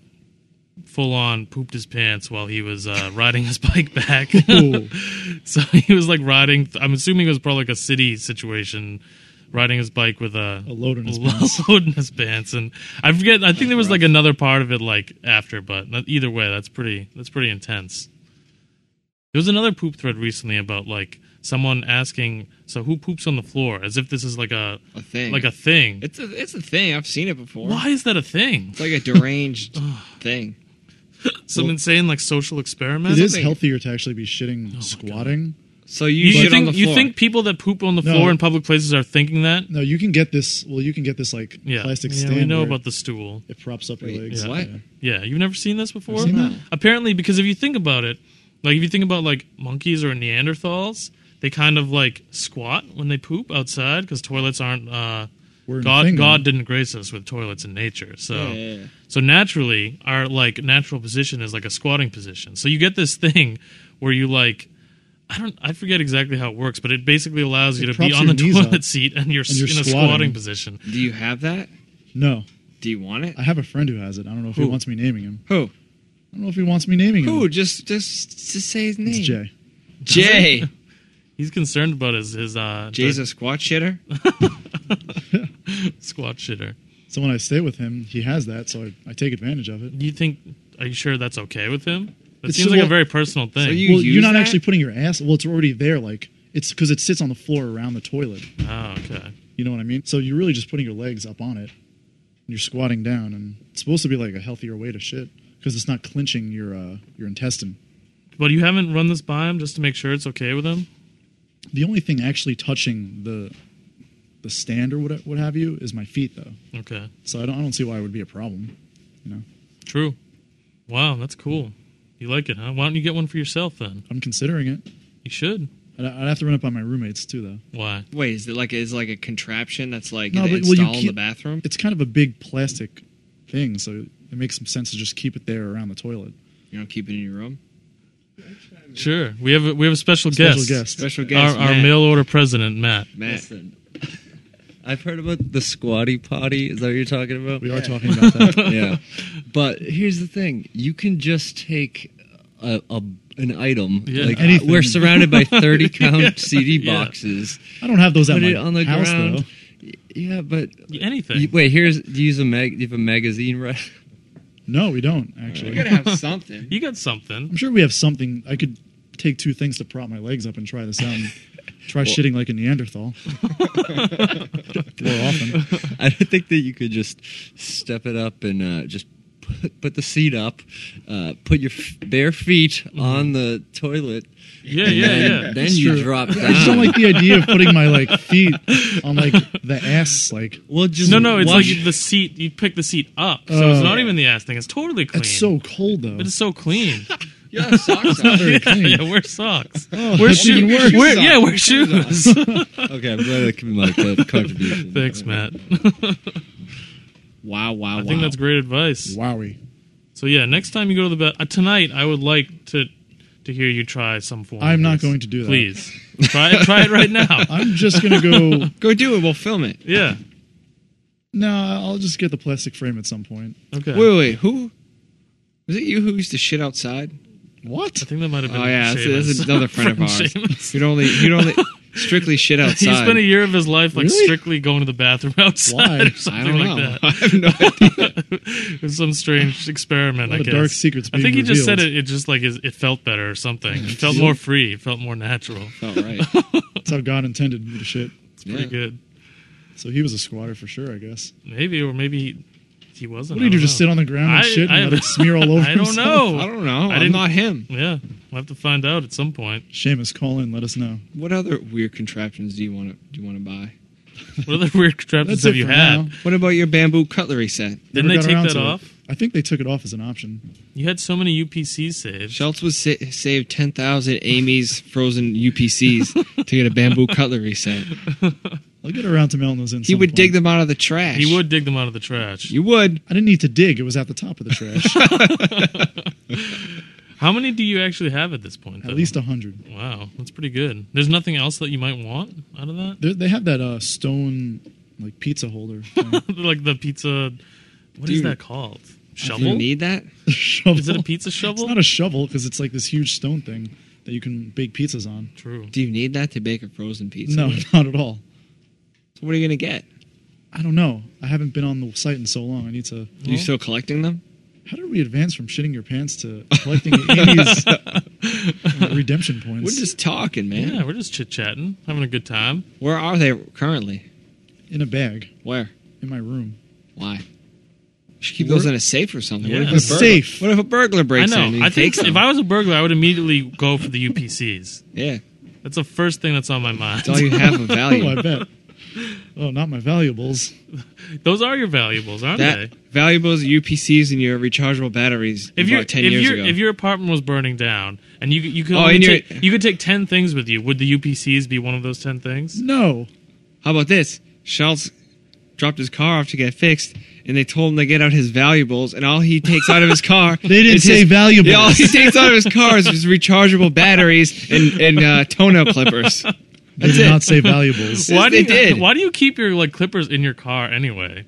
S1: full on pooped his pants while he was uh, riding his bike back
S2: Ooh.
S1: so he was like riding i'm assuming it was probably like a city situation riding his bike with a,
S2: A load in his
S1: a
S2: pants.
S1: load in his pants and i forget i think there was
S3: rough.
S1: like another part of it like after but not- either way that's pretty that's pretty intense there was another poop thread recently about like someone asking so who poops on the floor as if this is like a
S3: A thing.
S1: like a thing
S3: It's a it's a thing. I've seen it before.
S1: why is that a thing
S3: It's like a deranged thing.
S1: some
S2: Well-
S1: insane like social experiment
S2: it is
S3: something-
S2: healthier to actually be
S1: Oh
S2: shitting squatting.
S3: So you,
S1: you, you
S3: shit on
S1: think
S3: the floor.
S1: you think people that poop on the
S2: No.
S1: floor in public places are thinking that
S2: No, you can get this. Well, you can get this like
S1: yeah
S2: plastic
S1: yeah
S2: stand.
S1: we know
S2: where
S1: about the stool
S2: it props up your
S3: Wait,
S2: legs.
S3: what?
S2: Yeah.
S1: Yeah, you've never seen this before.
S2: seen that.
S1: Apparently, because if you think about it, like if you think about like monkeys or Neanderthals, they kind of like squat when they poop outside because toilets aren't. Uh,
S2: We're in
S1: God,
S2: Fingal.
S1: God didn't grace us with toilets in nature, so
S3: Yeah, yeah, yeah.
S1: so naturally our like natural position is like a squatting position. So you get this thing where you like. I don't. I forget exactly how it works, but it basically allows you
S2: It
S1: to be
S2: props
S1: on the
S2: your knees up,
S1: toilet seat and you're,
S2: and you're
S1: in a
S2: squatting.
S1: squatting position.
S3: Do you have that?
S2: No,
S3: Do you want it?
S2: I have a friend who has it. I don't know if
S3: Who?
S2: he wants me naming him.
S3: Who?
S2: I don't know if he wants me naming
S3: Who?
S2: him.
S3: Just just just say his name.
S2: It's Jay.
S3: Jay.
S1: He's concerned about his his uh,
S3: Jay's a squat shitter.
S1: squat shitter.
S2: So when I stay with him, he has that, so I, I take advantage of it.
S1: Do you think? Are you sure that's okay with him? That
S2: It's
S1: seems
S2: the
S1: like a
S2: one-
S1: very personal thing.
S3: you-
S2: well,
S3: use
S2: you're not
S3: that?
S2: actually putting your ass. Well, it's already there. Like it's because it sits on the floor around the toilet.
S1: oh, okay.
S2: You know what I mean? So you're really just putting your legs up on it. And you're squatting down, and it's supposed to be like a healthier way to shit because it's not clinching your uh, your intestine.
S1: But you haven't run this by him just to make sure it's okay with him.
S2: The only thing actually touching the the stand or what what have you is my feet, though.
S1: Okay.
S2: So I don't, I don't see why it would be a problem. You know,
S1: True. Wow, that's cool. You like it, huh? Why don't you get one for yourself then?
S2: I'm considering it.
S1: You should.
S2: I'd, I'd have to run it by my roommates too, though.
S1: Why?
S3: Wait, is it like is it like a contraption that's like
S2: No,
S3: installed
S2: but- well, you
S3: in the
S2: keep-
S3: bathroom?
S2: It's kind of a big plastic thing, so it makes some sense to just keep it there around the toilet.
S3: You don't keep it in your room.
S1: Sure. We have a, we have a special,
S2: Special
S1: guest.
S2: guest.
S3: Special
S1: Our,
S3: guest,
S1: our
S3: Matt.
S1: mail order president, Matt.
S3: Matt.
S4: Listen, I've heard about the squatty potty. Is that what you're talking about?
S2: We are talking about that.
S4: yeah. But here's the thing: you can just take a, a an item.
S1: Yeah.
S4: Like,
S2: Anything.
S4: we're surrounded by 30 count CD
S1: Yeah.
S4: boxes.
S2: I don't have those at
S4: Put
S2: my
S4: it on the
S2: house
S4: ground.
S2: though.
S4: Y- Yeah, but
S1: Anything.
S4: you, wait. Here's do you use a mag. Do you have a magazine? Right.
S2: No, we don't
S3: You
S2: actually.
S3: gotta have something.
S1: You got something.
S2: I'm sure we have something. I could take two things to prop my legs up and try this out. And try shitting like a Neanderthal. More often.
S4: I don't think that you could just step it up and uh, just put, put the seat up, uh, put your f- bare feet
S2: Mm-hmm.
S4: on the toilet.
S1: Yeah,
S4: and
S1: yeah,
S4: then,
S1: yeah.
S4: Then
S2: It's
S4: you
S2: true.
S4: drop down.
S2: I just don't like the idea of putting my like feet on like the ass. Like
S4: well, just
S1: No, no, it's
S4: wash-
S1: like the seat. You pick the seat up, so
S2: Oh.
S1: it's not even the ass thing. It's totally clean.
S2: it's so cold though.
S1: But it's so clean.
S3: You have socks on.
S2: Very clean.
S1: yeah, wear socks.
S2: Oh,
S1: wear
S2: that's even
S1: shoes.
S2: worse.
S1: Wear,
S3: Shoes
S1: yeah,
S3: on.
S1: wear
S3: Shoes
S1: shoes.
S4: Okay, I'm glad that could be my co- contribution.
S1: Thanks, Matt.
S3: Wow, wow, wow.
S1: I think that's great advice.
S2: Wowie.
S1: So yeah, next time you go to the bed uh, tonight, I would like to to hear you try some form. of
S2: I'm not
S1: this.
S2: going to do that.
S1: Please try it. Try it right now.
S2: I'm just gonna go.
S3: Go do it. We'll film it.
S1: Yeah.
S2: No, I'll just get the plastic frame at some point.
S1: Okay.
S3: Wait, wait. Who? Was it you who used to shit outside?
S2: What?
S1: I think that might have been.
S3: Oh yeah, that's, that's
S1: Uh, Seamus.
S3: another friend of
S1: Friend
S3: ours.
S1: Seamus.
S3: You'd only you'd only strictly shit outside.
S1: He spent a year of his life like
S2: Really?
S1: strictly going to the bathroom outside
S2: Why? I
S1: or
S2: don't
S1: something
S3: I don't
S1: like
S3: know.
S1: that.
S3: I have no idea.
S1: it was some strange experiment.
S2: What
S1: I
S2: a
S1: guess.
S2: dark secret's
S1: I think
S2: being
S1: he just said
S2: revealed.
S1: it. It just like is, it felt better or something. It felt more free. It felt more natural.
S3: Felt right.
S2: That's how God intended me to shit.
S1: It's pretty
S3: Yeah.
S1: good.
S2: So he was a squatter for sure, I guess.
S1: Maybe or maybe he, he wasn't.
S2: What do you do?
S1: I don't
S2: Just
S1: know.
S2: sit on the ground and
S1: I-
S2: shit and
S1: I-
S2: let it smear all over
S1: I don't
S2: himself?
S1: know.
S3: I don't know.
S1: I
S3: I'm
S1: didn't-
S3: not him.
S1: Yeah, we'll have to find out at some point.
S2: Seamus, call in. Let us know.
S3: What other weird contraptions do you want to do you want to buy?
S1: What other weird contraptions
S2: That's
S1: have
S2: it
S1: you
S2: for
S1: had?
S2: now.
S3: What about your bamboo cutlery set?
S1: Didn't
S2: Never
S1: they
S2: got
S1: take
S2: around
S1: that
S2: to it.
S1: off?
S2: I think they took it off as an option.
S1: You had so many UPCs saved.
S3: Schultz was sa- saved ten thousand Amy's frozen UPCs to get a bamboo cutlery set.
S2: I'll get around to mailing those in.
S3: He
S2: some
S3: would
S2: point.
S3: dig them out of the trash.
S1: He would dig them out of the trash.
S3: You would.
S2: I didn't need to dig. It was at the top of the trash.
S1: How many do you actually have at this point?
S2: at
S1: though?
S2: least a hundred.
S1: Wow, that's pretty good. There's nothing else that you might want out of that,
S2: They have that uh, stone like pizza holder thing.
S1: like the pizza. What is
S3: Dude.
S1: that called?
S3: Do you
S1: Shovel?
S3: need that?
S2: shovel.
S1: Is it a pizza shovel?
S2: It's not a shovel because it's like this huge stone thing that you can bake pizzas on.
S1: True.
S3: Do you need that to bake a frozen pizza?
S2: no, not at all.
S3: So what are you gonna get?
S2: I don't know. I haven't been on the site in so long. I need to.
S3: you
S1: Well,
S3: still collecting them?
S2: How did we advance from shitting your pants to collecting Amy's redemption points?
S3: We're just talking, man.
S1: yeah, we're just chit chatting, having a good time.
S3: Where are they currently?
S2: in a bag
S3: Where?
S2: in my room.
S3: Why? You should keep those
S2: We're-
S3: in a safe or something.
S1: Yeah.
S3: What, if a
S1: A
S3: burglar,
S2: safe.
S3: what if a burglar
S1: I
S3: breaks
S1: know.
S3: in? and
S1: I think
S3: takes them?
S1: if I was a burglar, I would immediately go for the UPCs.
S3: yeah,
S1: That's the first thing that's on my mind.
S3: it's all you have of
S2: Oh, I
S3: value.
S2: bet. Oh, not my valuables.
S1: Those are your valuables, aren't
S3: that
S1: they?
S3: valuables, UPCs, and your rechargeable batteries.
S1: If
S3: you
S1: your
S3: bought ten
S1: if
S3: years
S1: your
S3: ago,
S1: if your apartment was burning down and you you could
S3: Oh,
S1: only
S3: and your-
S1: take, you could take ten things with you, would the UPCs be one of those ten things?
S2: No.
S3: how about this? Schultz dropped his car off to get fixed, and they told him to get out his valuables, and all he takes out of his car
S2: They didn't
S3: is
S2: say
S3: his,
S2: valuables.
S3: Yeah, all he takes out of his car is his rechargeable batteries and and uh, toenail clippers.
S2: They did not say valuables.
S3: Yes,
S1: why do
S3: they
S1: you,
S3: did.
S1: Why do you keep your like clippers in your car anyway?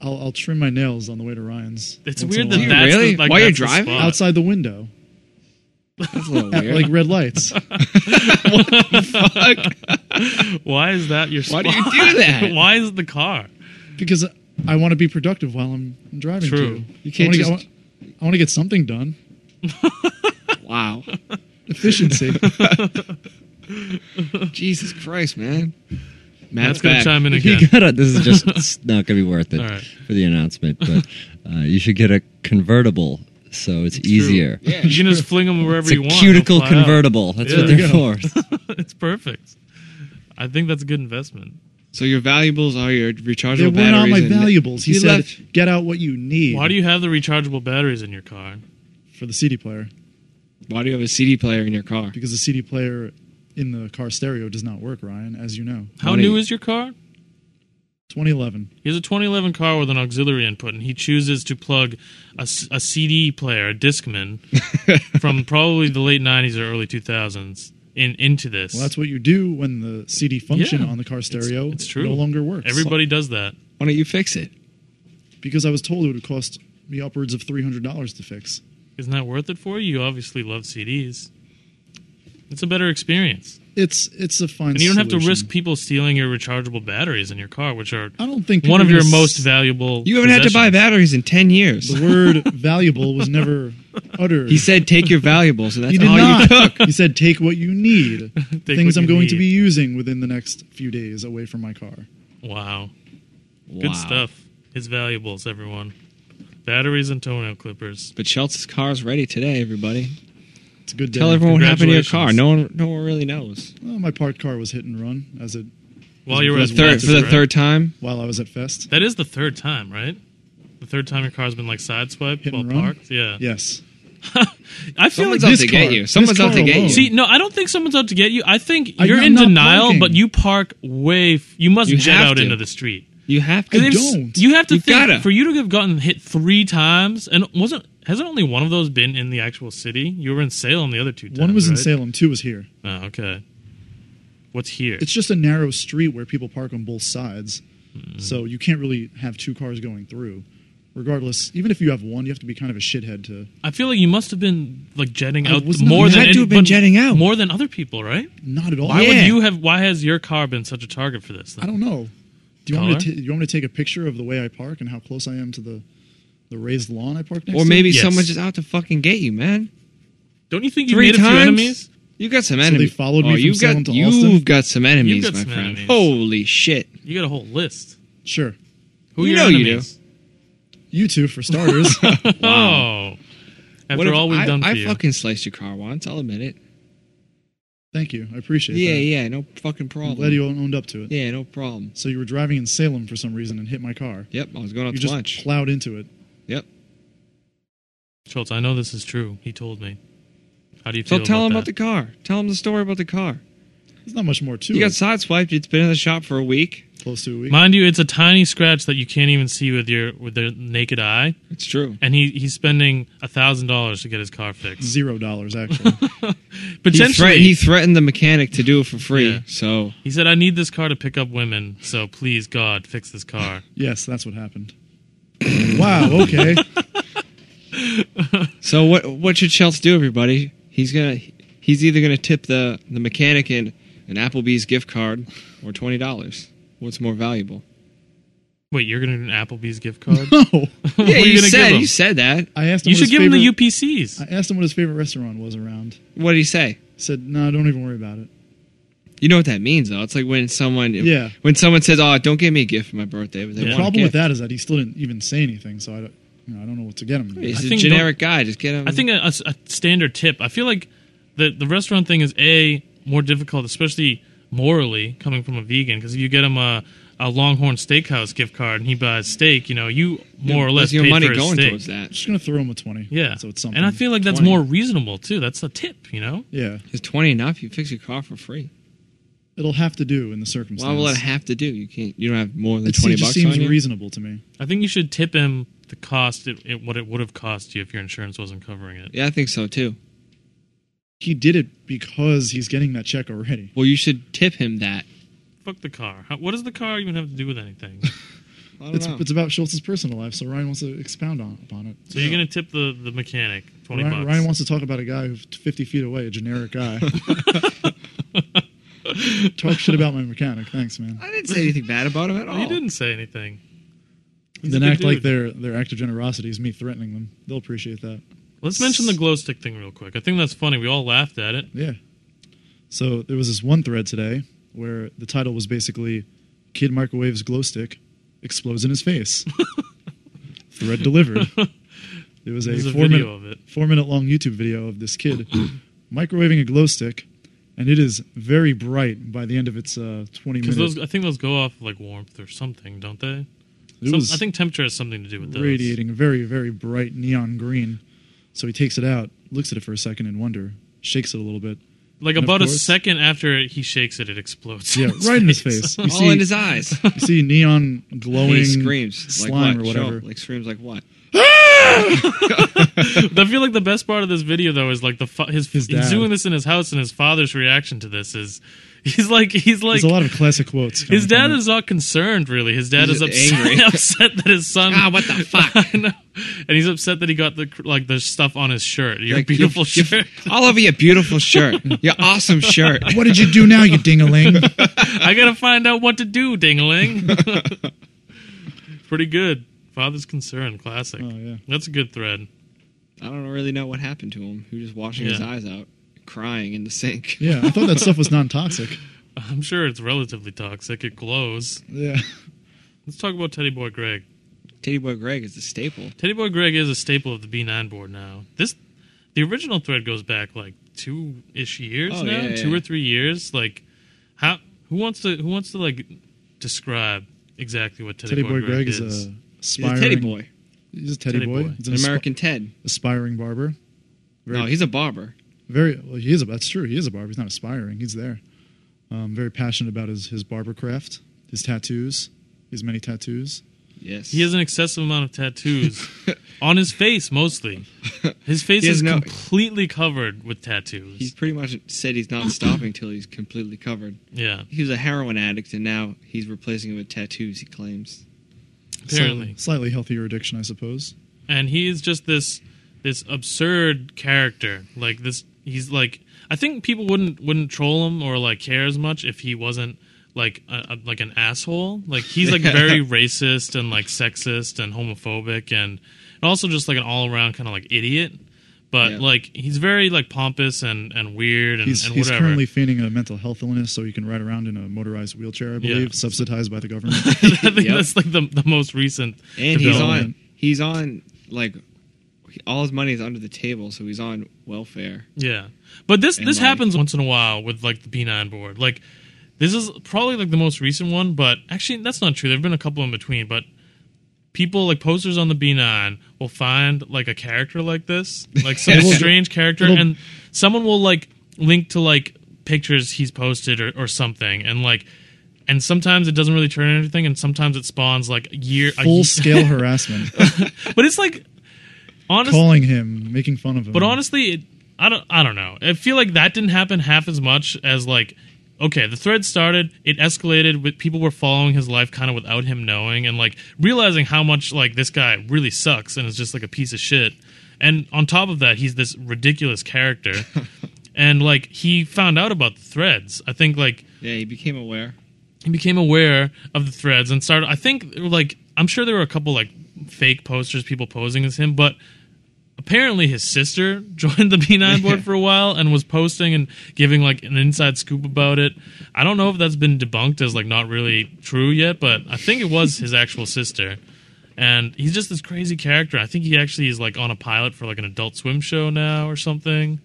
S2: I'll, I'll trim my nails on the way to Ryan's.
S1: It's
S2: once
S1: weird
S2: in a
S1: that
S2: while.
S1: that's
S3: really?
S1: the, like
S3: While you're
S1: that's the
S3: driving?
S1: spot.
S2: outside the window
S3: That's a little
S2: at
S3: weird.
S2: like red lights.
S1: Why is that your
S3: Why
S1: spot?
S3: do you do that?
S1: why is it the car?
S2: because I want to be productive while I'm driving.
S1: True.
S2: too.
S3: You can't
S2: I wanna
S3: just-
S2: Get, I want, to get something done.
S3: wow,
S2: Efficiency.
S3: Jesus Christ, man.
S1: Matt's
S3: Matt's
S1: gonna
S3: back.
S1: chime in
S4: You
S1: again.
S4: gotta, this is just it's not going to be worth it
S1: All right.
S4: for the announcement, but uh, you should get a convertible so it's,
S1: true.
S4: easier.
S3: Yeah.
S1: You can just fling them wherever
S4: It's a
S1: you want.
S4: cuticle
S1: They'll fly out.
S4: convertible. That's
S1: Yeah.
S4: what
S1: There
S4: they're for.
S1: it's perfect. I think that's a good investment.
S3: So your valuables are your rechargeable
S2: they weren't
S3: batteries.
S2: on my
S3: and-
S2: valuables. He
S3: You
S2: said,
S3: left-
S2: "Get out what you need."
S1: Why do you have the rechargeable batteries in your car?
S2: for the CD player?
S3: Why do you have a CD player in your car?
S2: Because the CD player in the car stereo does not work, Ryan, as you know.
S1: How
S3: Money.
S1: new is your car?
S2: 2011.
S1: He has a 2011 car with an auxiliary input, and he chooses to plug a, s- a CD player, a Discman, from probably the late 90s or early 2000s in into this.
S2: Well, that's what you do when the CD function
S1: Yeah,
S2: on the car
S1: it's-
S2: stereo
S1: it's true.
S2: no longer works.
S1: Everybody does that.
S3: Why don't you fix it?
S2: because I was told it would cost me upwards of three hundred dollars to fix.
S1: Isn't that worth it for you? You obviously love CDs. It's a better experience.
S2: It's it's a fine.
S1: And you don't have to
S2: solution.
S1: risk people stealing your rechargeable batteries in your car, which are
S2: I don't think
S1: one
S2: people
S1: of your
S2: gonna
S1: most
S2: s-
S1: valuable.
S3: You haven't had to buy
S1: possessions.
S3: batteries in ten years.
S2: The word valuable was never uttered.
S3: He said, "Take your valuables," and that's
S2: you did
S3: all
S2: not.
S3: you took.
S2: He said, "Take what you need."
S1: what
S2: Things I'm
S1: you
S2: going to
S1: need.
S2: be using within the next few days away from my car.
S1: Wow.
S3: Wow.
S1: Good stuff. His valuables, everyone. Batteries and toenail clippers.
S3: But Schultz's car's ready today, everybody.
S2: It's a good day.
S3: Tell everyone what happened to your car.
S1: Congratulations.
S3: No one, no one really knows.
S2: Well, my parked car was hit and run as it
S1: While you were
S3: For the
S1: at
S3: third,
S1: Wentz's,
S3: for the
S1: right?
S3: third time,
S2: while I was at Fest.
S1: That is the third time, right? The third time your car's been like sideswiped
S2: Hit
S1: while
S2: and run?
S1: parked. Yeah.
S2: Yes,
S1: I feel
S3: someone's
S1: like
S3: out
S2: this
S3: to
S2: car-
S3: get you.
S2: this
S3: Someone's out
S2: car
S3: to get you.
S2: alone.
S1: See, no, I don't think someone's out to get you. I think
S2: I-
S1: you're
S2: I'm
S1: in
S2: not
S1: denial,
S2: parking.
S1: but you park way. F- you must
S3: You
S1: jet
S3: have
S1: out
S3: to.
S1: into the street.
S3: you have
S2: I
S3: to.
S1: If-
S2: don't.
S1: You have to
S3: You
S1: think
S3: gotta.
S1: for you to have gotten hit three times, and wasn't hasn't only one of those been in the actual city? You were in Salem the other two times.
S2: one was in
S1: right?
S2: Salem, two was here.
S1: Oh, okay. What's here?
S2: It's just a narrow street where people park on both sides,
S3: Hmm.
S2: so you can't really have two cars going through. Regardless, even if you have one, you have to be kind of a shithead to.
S1: I feel like you must have been like jetting
S2: I
S1: out
S2: was not-
S1: more
S2: you
S1: than
S3: had to
S1: any-
S3: have been
S1: but
S3: jetting out.
S1: more than other people, right?
S2: Not at all.
S1: Why
S3: Yeah.
S1: would you have? Why has your car been such a target for this? Then?
S2: I don't know. Do you, want me to
S1: Color?
S2: ta- do you want me to take a picture of the way I park and how close I am to the the raised lawn I park next
S3: Or
S2: to?
S3: maybe
S1: Yes.
S3: someone's just out to fucking get you, man.
S1: Don't you think you
S3: Three
S1: made a few
S3: times?
S1: enemies?
S3: You got some
S2: they
S3: enemies.
S2: followed me
S3: oh,
S2: from
S3: you've
S2: Salem
S3: got,
S2: to
S3: You've
S2: Austin?
S3: got some enemies,
S1: got
S3: my
S1: some
S3: friend.
S1: enemies.
S3: Holy shit!
S1: You got a whole list.
S2: Sure.
S1: Who
S3: You
S1: are your
S3: know you do.
S1: enemies?
S2: You two, for starters.
S1: Oh, after
S3: What if
S1: all we've
S3: I,
S1: done for
S3: I
S1: you,
S3: fucking sliced your car once. I'll admit it.
S2: Thank you. I appreciate
S3: Yeah,
S2: that.
S3: yeah, no fucking
S2: I'm
S3: problem.
S2: glad you owned up to it.
S3: yeah, no problem.
S2: So you were driving in Salem for some reason and hit my car.
S3: Yep, I was going out
S2: you
S3: to
S2: just
S3: lunch.
S2: plowed into it.
S3: Yep.
S1: Schultz, I know this is true. He told me. How do you
S3: So
S1: feel
S3: tell
S1: about
S3: him
S1: that?
S3: about the car. Tell him the story about the car.
S2: There's not much more to
S3: You
S2: it.
S3: got
S1: Hmm.
S3: sideswiped. It's been in the shop for a week.
S2: Close to a week.
S1: Mind you, it's a tiny scratch that you can't even see with your with the naked eye,
S3: It's true.
S1: and he he's spending thousand dollars to get his car fixed.
S2: Zero dollars actually.
S3: He,
S1: Potentially,
S3: threat- he threatened the mechanic to do it for free.
S1: Yeah.
S3: So
S1: he said, "I need this car to pick up women, so please God, fix this car."
S2: yes, that's what happened. wow. Okay.
S3: So what what should Schultz do, everybody? He's gonna he's either gonna tip the the mechanic in an Applebee's gift card or twenty dollars. What's more valuable?
S1: Wait, you're gonna do an Applebee's gift card?
S2: No.
S1: What are
S3: yeah, you,
S1: gonna give
S3: said
S1: him?
S3: you said that.
S2: I asked him.
S1: You should
S2: what his
S1: give him
S2: favorite,
S1: the UPCs.
S2: I asked him what his favorite restaurant was around.
S3: What did he say?
S2: He said, "No, don't even worry about it."
S3: You know what that means, though. It's like when someone
S2: Yeah.
S3: when someone says, "Oh, don't give me a gift for my birthday," but they
S1: Yeah.
S2: The
S3: want
S2: problem
S3: a
S2: with
S3: gift.
S2: that is that he still didn't even say anything, so I don't, you know, I don't know what to get him.
S3: He's
S1: I
S3: a
S1: think
S3: generic guy. Just get him.
S1: I think a, a s- a standard tip. I feel like the the restaurant thing is a more difficult, especially morally, coming from a vegan. Because if you get him a a Longhorn Steakhouse gift card and he buys steak, you know, you more or
S3: Where's
S1: less
S3: your
S1: paid
S3: money
S1: for his
S3: going
S1: steak.
S3: towards
S2: I'm
S3: that.
S2: just gonna throw him a twenty.
S1: Yeah,
S2: So it's something.
S1: and I feel like that's
S3: 20.
S1: more reasonable too. That's a tip, you know.
S2: yeah,
S3: Is twenty enough? You fix your car for free.
S2: it'll have to do in the circumstances.
S3: Why will it have to do? You can't. You don't have more than
S2: It
S3: twenty
S2: just
S3: bucks
S2: seems
S3: on you.
S2: reasonable to me.
S1: I think you should tip him the cost it, it what it would have cost you if your insurance wasn't covering it.
S3: yeah, I think so too.
S2: He did it because he's getting that check already.
S3: Well, you should tip him that.
S1: Fuck the car. How, what does the car even have to do with anything?
S3: I don't
S2: It's,
S3: know.
S2: it's about Schultz's personal life, so Ryan wants to expound on upon it.
S1: So you're gonna tip the the mechanic twenty
S2: Ryan,
S1: bucks.
S2: Ryan wants to talk about a guy who's 50 feet away, a generic guy. talk shit about my mechanic. Thanks, man.
S3: I didn't say anything bad about him at all.
S1: Oh, he didn't say anything. He's a
S2: Then
S1: good
S2: act like
S1: dude.
S2: their their act of generosity is me threatening them. They'll appreciate that.
S1: Let's mention the glow stick thing real quick. I think that's funny. We all laughed at it.
S2: Yeah. So there was this one thread today where the title was basically "Kid Microwave's Glow Stick Explodes in His Face." thread delivered. There was a,
S1: There's a
S2: four
S1: video of
S2: minute
S1: it.
S2: four minute long YouTube video of this kid microwaving a glow stick, and it is very bright by the end of its uh, twenty
S1: Because
S2: minutes.
S1: those, I think those go off like warmth or something, don't they?
S2: it
S1: Some-
S2: was
S1: I think temperature has something to do with those.
S2: radiating very very bright neon green. So he takes it out, looks at it for a second in wonder, shakes it a little bit.
S1: Like
S2: And of
S1: about a
S2: course-
S1: second after he shakes it, it explodes.
S2: Yeah, right in his face. You
S3: all in his eyes.
S2: You see neon glowing
S3: he screams
S2: slime
S3: like
S2: or
S3: what? Show
S2: whatever.
S3: him. like screams like what?
S1: I feel like the best part of this video though is like the fa- his,
S2: His
S1: he's
S2: dad.
S1: doing this in his house and his father's reaction to this is he's like he's like
S2: There's a lot of classic quotes.
S1: his
S2: coming from
S1: dad
S2: it.
S1: is not concerned really. His dad is
S3: He's
S1: upset,
S3: angry.
S1: upset that his son
S3: Ah, what the fuck?
S1: I know. and he's upset that he got the cr- like the stuff on his shirt. Your
S3: Like,
S1: beautiful
S3: you- you-
S1: shirt.
S3: all over your beautiful shirt. Your awesome shirt.
S2: What did you do now, you dingaling? Oh,
S1: I gotta find out what to do, Dingaling. Pretty good. Father's concern, classic.
S2: Oh, yeah.
S1: That's a good thread.
S3: I don't really know what happened to him. He was just washing his
S1: Yeah.
S3: eyes out, crying in the sink.
S2: yeah, I thought that stuff was non toxic.
S1: I'm sure it's relatively toxic. It glows.
S2: Yeah.
S1: Let's talk about Teddy Boy Greg.
S3: Teddy Boy Greg is a staple.
S1: Teddy Boy Greg is a staple of the B9 board now. This, the original thread goes back like two ish years
S3: Oh,
S1: now,
S3: yeah,
S1: two
S3: yeah.
S1: or three years. Like, how? Who wants to? Who wants to like describe exactly what Teddy,
S2: Teddy Boy Greg is uh, a
S3: He's a
S2: aspiring.
S3: Teddy Boy,
S2: He's a Teddy,
S1: Teddy
S2: Boy.
S1: Boy.
S2: He's
S3: an
S2: aspi-
S3: American Ted.
S2: aspiring barber. Very,
S3: No, he's a barber.
S2: very well. He is. A, that's true. He is a barber. He's not aspiring. He's there. Um, very passionate about his his barber craft, his tattoos, his many tattoos.
S3: Yes,
S1: He has an excessive amount of tattoos on his face, mostly. His face
S3: He has
S1: is
S3: no-
S1: completely covered with tattoos.
S3: He's pretty much said he's not stopping till he's completely covered.
S1: yeah,
S3: He was a heroin addict, and now he's replacing it with tattoos. He claims.
S1: apparently.
S2: Slightly, slightly healthier addiction, I suppose.
S1: and he is just this this absurd character. Like this, he's like I think people wouldn't wouldn't troll him or like care as much if he wasn't like a, a- like an asshole. Like he's like very racist and like sexist and homophobic and, and also just like an all around kind of like idiot. But
S3: Yeah.
S1: like he's very like pompous and and weird and,
S2: He's,
S1: and
S2: he's
S1: whatever.
S2: currently feigning a mental health illness so he can ride around in a motorized wheelchair, I believe, subsidized by the government.
S1: I think
S3: Yep.
S1: that's like the the most recent.
S3: and he's on
S1: development.
S3: he's on like all his money is under the table, so he's on welfare.
S1: Yeah, but this
S3: And,
S1: this
S3: like-
S1: happens once in a while with like the B9 board. Like this is probably like the most recent one, but actually that's not true. There've been a couple in between, but people like posters on the B9 will find like a character like this, like some
S2: It'll-
S1: strange character,
S2: it'll-
S1: and someone will like link to like pictures he's posted or, or something, and like. And sometimes it doesn't really turn into anything, and sometimes it spawns like a year. a
S2: Full
S1: ye-
S2: scale harassment,
S1: but it's like, honestly,
S2: calling him, making fun of him.
S1: but honestly, it, I don't. I don't know. I feel like that didn't happen half as much as like. Okay, the thread started. It escalated. With people were following his life kind of without him knowing, and like realizing how much like this guy really sucks and is just like a piece of shit. And on top of that, he's this ridiculous character. and like he found out about the threads. I think like
S3: Yeah, he became aware.
S1: he became aware of the threads and started i think like i'm sure there were a couple like fake posters people posing as him but apparently his sister joined the b9 board for a while and was posting and giving like an inside scoop about it i don't know if that's been debunked as like not really true yet but i think it was his actual sister and he's just this crazy character i think he actually is like on a pilot for like an adult swim show now or something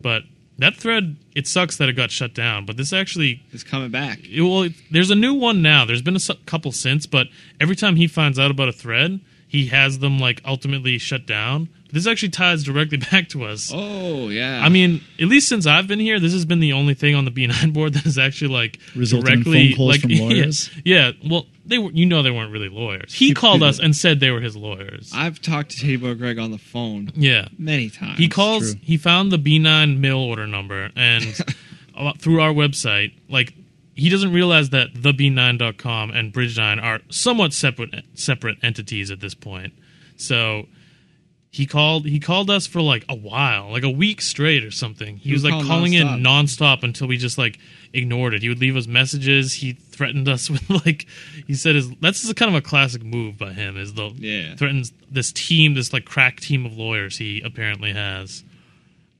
S1: but that thread it sucks that it got shut down but this actually
S3: He's coming back.
S1: it- well, it- there's a new one now. There's been a su- couple since, but every time he finds out about a thread, he has them like ultimately shut down. This actually ties directly back to us.
S3: Oh yeah.
S1: I mean, at least since I've been here, this has been the only thing on the B9 board that is actually like
S2: Resulted in
S1: directly
S2: phone calls
S1: like
S2: from
S1: yeah,
S2: lawyers?
S1: Yeah, well, they were. You know, they weren't really lawyers. He called us and said they were his lawyers.
S3: I've talked to Teddy Bear Greg on the phone
S1: yeah,
S3: many times.
S1: he calls.
S2: true.
S1: He found the B9 mail order number and uh, through our website, like he doesn't realize that the B9.com and Bridge9 are somewhat separate separate entities at this point. So he called. He called us for like a while, like a week straight or something. He,
S3: He
S1: was,
S3: would
S1: like
S3: call
S1: calling in
S3: nonstop.
S1: nonstop until we just like ignored it. He would leave us messages. He threatened us with like he said his that's just kind of a classic move by him is the
S3: Yeah.
S1: threatens this team, this like crack team of lawyers he apparently has.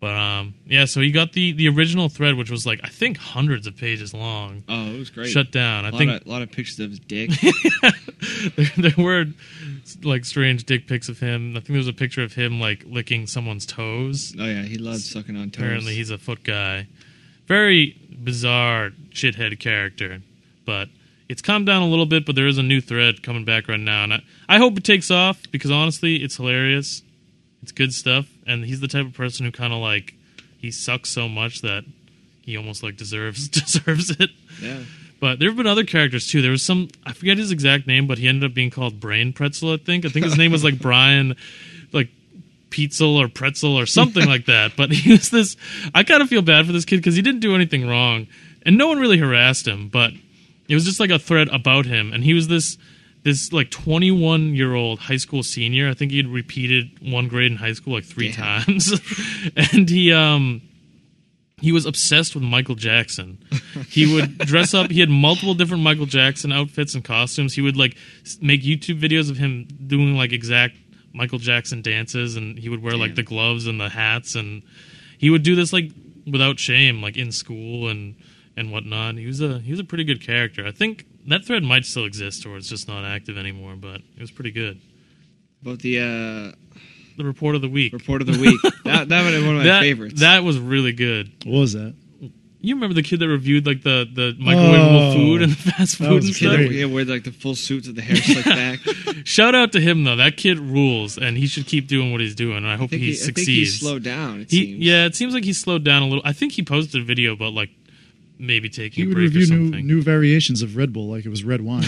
S1: But um yeah, so he got the the original thread, which was like I think hundreds of pages long,
S3: Oh, it was great.
S1: shut down. I
S3: a lot
S1: think
S3: of, a lot of pictures of his dick. Oh,
S1: there, there were like strange dick pics of him. I think there was a picture of him like licking someone's toes.
S3: oh yeah, he loves sucking on toes.
S1: Apparently, he's a foot guy. Very bizarre shithead character, but it's calmed down a little bit. But there is a new thread coming back right now, and I, I hope it takes off because honestly, it's hilarious. It's good stuff, and he's the type of person who kind of like he sucks so much that he almost like deserves deserves it.
S3: yeah.
S1: But there have been other characters too. There was some I forget his exact name, but he ended up being called Brain Pretzel. I think. I think his name was like Brian, like Petzel or Pretzel or something like that. But he was this. I kind of feel bad for this kid because he didn't do anything wrong, and no one really harassed him. But it was just like a thread about him, and he was this this like 21 year old high school senior. I think he'd repeated one grade in high school like three
S3: Damn.
S1: times, and he um he was obsessed with Michael Jackson. He would dress up. He had multiple different Michael Jackson outfits and costumes. He would like s- make YouTube videos of him doing like exact Michael Jackson dances, and he would wear like
S3: Damn.
S1: the gloves and the hats, and he would do this like without shame, like in school and and whatnot. He was a he was a pretty good character. I think that thread might still exist, or it's just not active anymore. But it was pretty good.
S3: About the uh,
S1: The report of the week.
S3: report of the week. that that was one of my
S1: that,
S3: favorites.
S1: That was really good.
S2: what was that?
S1: You remember the kid that reviewed like the the microwavable
S2: Oh.
S1: food and the fast
S2: That
S1: food
S2: was
S1: and
S2: great.
S1: stuff?
S3: Kid that- yeah, wear like the full suits with the hair slicked back. I
S1: Shout out to him though. That kid rules, and he should keep doing what he's doing. And I hope
S3: think
S1: he,
S3: he, I think he
S1: succeeds.
S3: slowed down. It
S1: He-
S3: seems.
S1: yeah, it seems like he slowed down a little. I think he posted a video about like maybe taking
S2: He
S1: a
S2: would
S1: break or
S2: review new,
S1: something.
S2: new variations of Red Bull like it was red wine.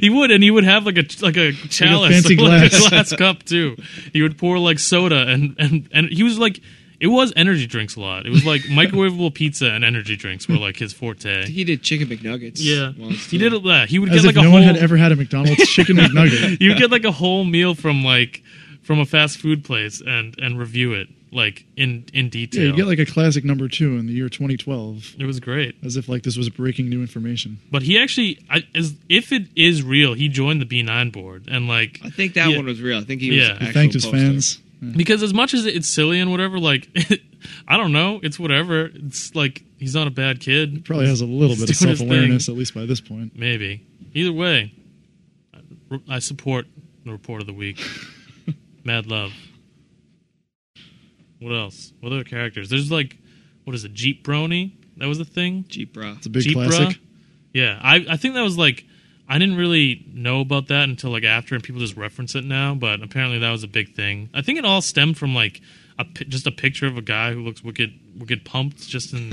S1: he would, and he would have like a like a chalice,
S2: fancy
S1: like a
S2: glass.
S1: glass cup too. He would pour like soda and and and he was like. It was energy drinks a lot. It was like microwavable pizza and energy drinks were like his
S3: I
S1: forte.
S3: think he did chicken McNuggets.
S1: Yeah,
S3: once,
S1: he
S3: too.
S1: did it. Yeah, he would
S2: As
S1: get
S2: if
S1: like a
S2: no
S1: whole.
S2: one had ever had a McDonald's chicken McNugget.
S1: you get like a whole meal from like from a fast food place and and review it like in in
S2: Yeah,
S1: detail.
S2: you get like a classic number two in the year 2012.
S1: it was great.
S2: As if like this was breaking new information.
S1: But he actually, I, as, if it is real, he joined the B9 board and like
S3: I think that
S1: Yeah.
S3: one was real. I think he
S1: Yeah. He
S3: was.
S2: He
S3: actual
S2: thanked his
S3: poster.
S2: fans.
S1: because as much as it's silly and whatever, like I don't know, it's whatever. It's like he's not a bad kid.
S2: Probably has a little
S1: He's
S2: bit of
S1: doing his
S2: self awareness, at least by this point.
S1: Maybe either way, I, I support the report of the week. Mad love. What else? What other characters? There's like, what is it? Jeep Brony. That was a thing.
S3: Jeep bra.
S2: It's a big
S1: Jeep Bra?
S2: classic.
S1: Yeah, I I think that was like I didn't really know about that until like after, and people just reference it now. But apparently that was a big thing. I think it all stemmed from like a pi- just a picture of a guy who looks wicked wicked pumped just in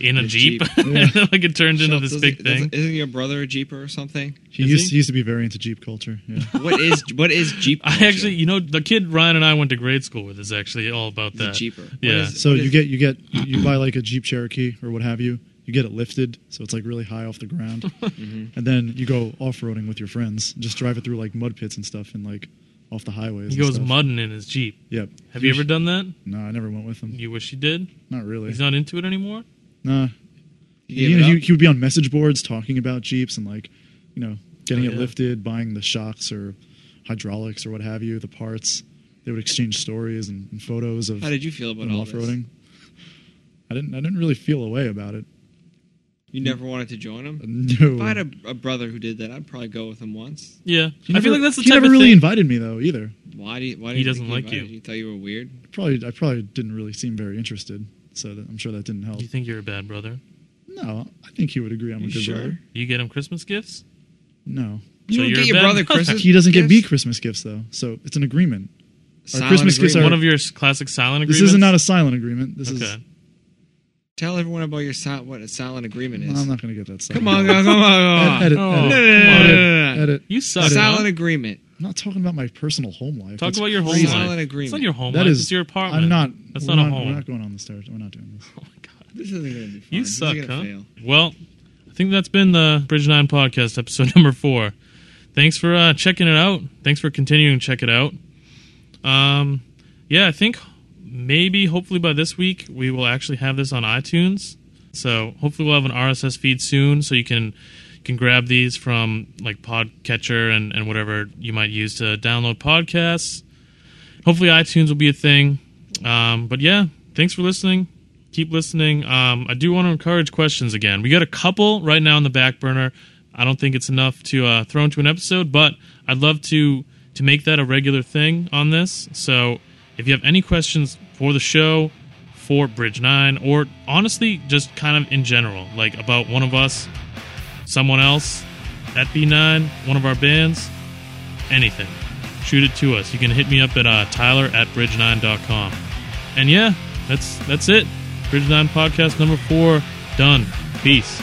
S1: in a
S3: A
S1: jeep,
S3: Jeep.
S1: and then, like it turned into
S3: Shut-
S1: this
S3: doesn't-
S1: big
S3: doesn't-
S1: thing.
S3: Isn't your brother a jeeper or something?
S2: He
S1: Is
S2: used,
S1: he?
S2: he used to be very into Jeep culture. Yeah.
S3: What is what is jeep?
S1: I
S3: culture?
S1: actually, you know, the kid Ryan and I went to grade school with is actually all about
S3: He's a
S1: that.
S3: jeeper. What
S1: Yeah.
S3: is-
S2: So
S3: what
S2: you
S3: is-
S2: get you get you buy like a Jeep Cherokee or what have you. You get it lifted, so it's like really high off the ground,
S1: Mm-hmm.
S2: and then you go off roading with your friends. Just drive it through like mud pits and stuff, and like off the highways.
S1: He
S2: and
S1: goes
S2: stuff.
S1: mudding in his jeep.
S2: Yep.
S1: Have you ever done that?
S2: No, I never went with him.
S1: You wish you did.
S2: Not really.
S1: He's not into it anymore.
S2: Nah.
S3: You
S2: You
S3: gave
S2: know,
S3: it
S2: he,
S3: up?
S2: he would be on message boards talking about Jeeps and like, you know, getting
S1: Oh,
S2: it
S1: yeah.
S2: lifted, buying the shocks or hydraulics or what have you, the parts. They would exchange stories and, and photos of
S3: How did you feel about
S2: them
S3: all
S2: off-roading.
S3: this?
S2: I didn't. I didn't really feel a way about it.
S3: You never wanted to join him.
S2: No.
S3: If I had a, a brother who did that, I'd probably go with him once.
S1: Yeah,
S2: He
S1: I feel
S2: never-
S1: like that's the
S2: he
S1: type
S2: never
S1: of
S2: really
S1: thing.
S2: invited me though either.
S3: Why do you, why do
S1: He
S3: you think
S1: doesn't like
S3: invited
S1: you.
S3: You thought you were weird.
S2: Probably I probably didn't really seem very interested, so that, I'm sure that didn't help.
S1: you think you're a bad brother?
S2: No, I think he would agree I'm a
S3: You
S2: good
S3: sure?
S2: brother.
S1: You get him Christmas gifts?
S2: No,
S1: So
S3: You don't
S1: you're
S3: get
S1: a
S3: your
S1: bad
S3: brother
S1: brother.
S3: Christmas.
S2: he doesn't get me
S3: gifts?
S2: Christmas gifts though, so it's an agreement.
S3: Silent
S2: Christmas gifts
S3: agreement.
S1: One of your s- classic silent agreements.
S2: This isn't not a silent agreement. This is.
S1: okay.
S3: Tell everyone about your si- what a silent agreement is.
S2: I'm not going to get that silent.
S3: come on, come on, come on.
S2: Edit, edit,
S1: Oh,
S2: edit,
S1: come
S2: edit,
S3: on.
S2: edit.
S1: You
S3: A
S1: suck.
S3: silent
S1: Silent.
S3: agreement.
S2: I'm not talking about my personal home life.
S1: Talk
S2: That's
S1: about your home
S2: crazy.
S1: life.
S3: Silent
S1: It's
S3: agreement.
S1: not your home
S2: That
S1: life.
S2: is-
S1: it's your apartment.
S2: I'm not.
S1: That's
S2: we're
S1: not a home.
S2: We're not going on this territory. We're not doing this.
S1: oh my god.
S3: This isn't gonna be fun.
S1: You
S3: This is
S1: suck,
S3: gonna
S1: huh?
S3: fail.
S1: Well, I think that's been the Bridge Nine podcast episode number four. Thanks for uh, checking it out. Thanks for continuing to check it out. Um, yeah, I think maybe hopefully by this week we will actually have this on iTunes. So hopefully we'll have an RSS feed soon, so you can can grab these from like Podcatcher and and whatever you might use to download podcasts. Hopefully iTunes will be a thing. Um, but yeah, thanks for listening. Keep listening. Um, I do want to encourage questions again. We got a couple right now on the back burner. I don't think it's enough to uh, throw into an episode, but I'd love to to make that a regular thing on this. So if you have any questions for the show, for Bridge Nine, or honestly, just kind of in general, like about one of us, someone else, that B9, one of our bands, anything, shoot it to us. You can hit me up at uh, Tyler at bridge9.com. And yeah, that's that's it. Bridge Nine podcast number four done. Peace.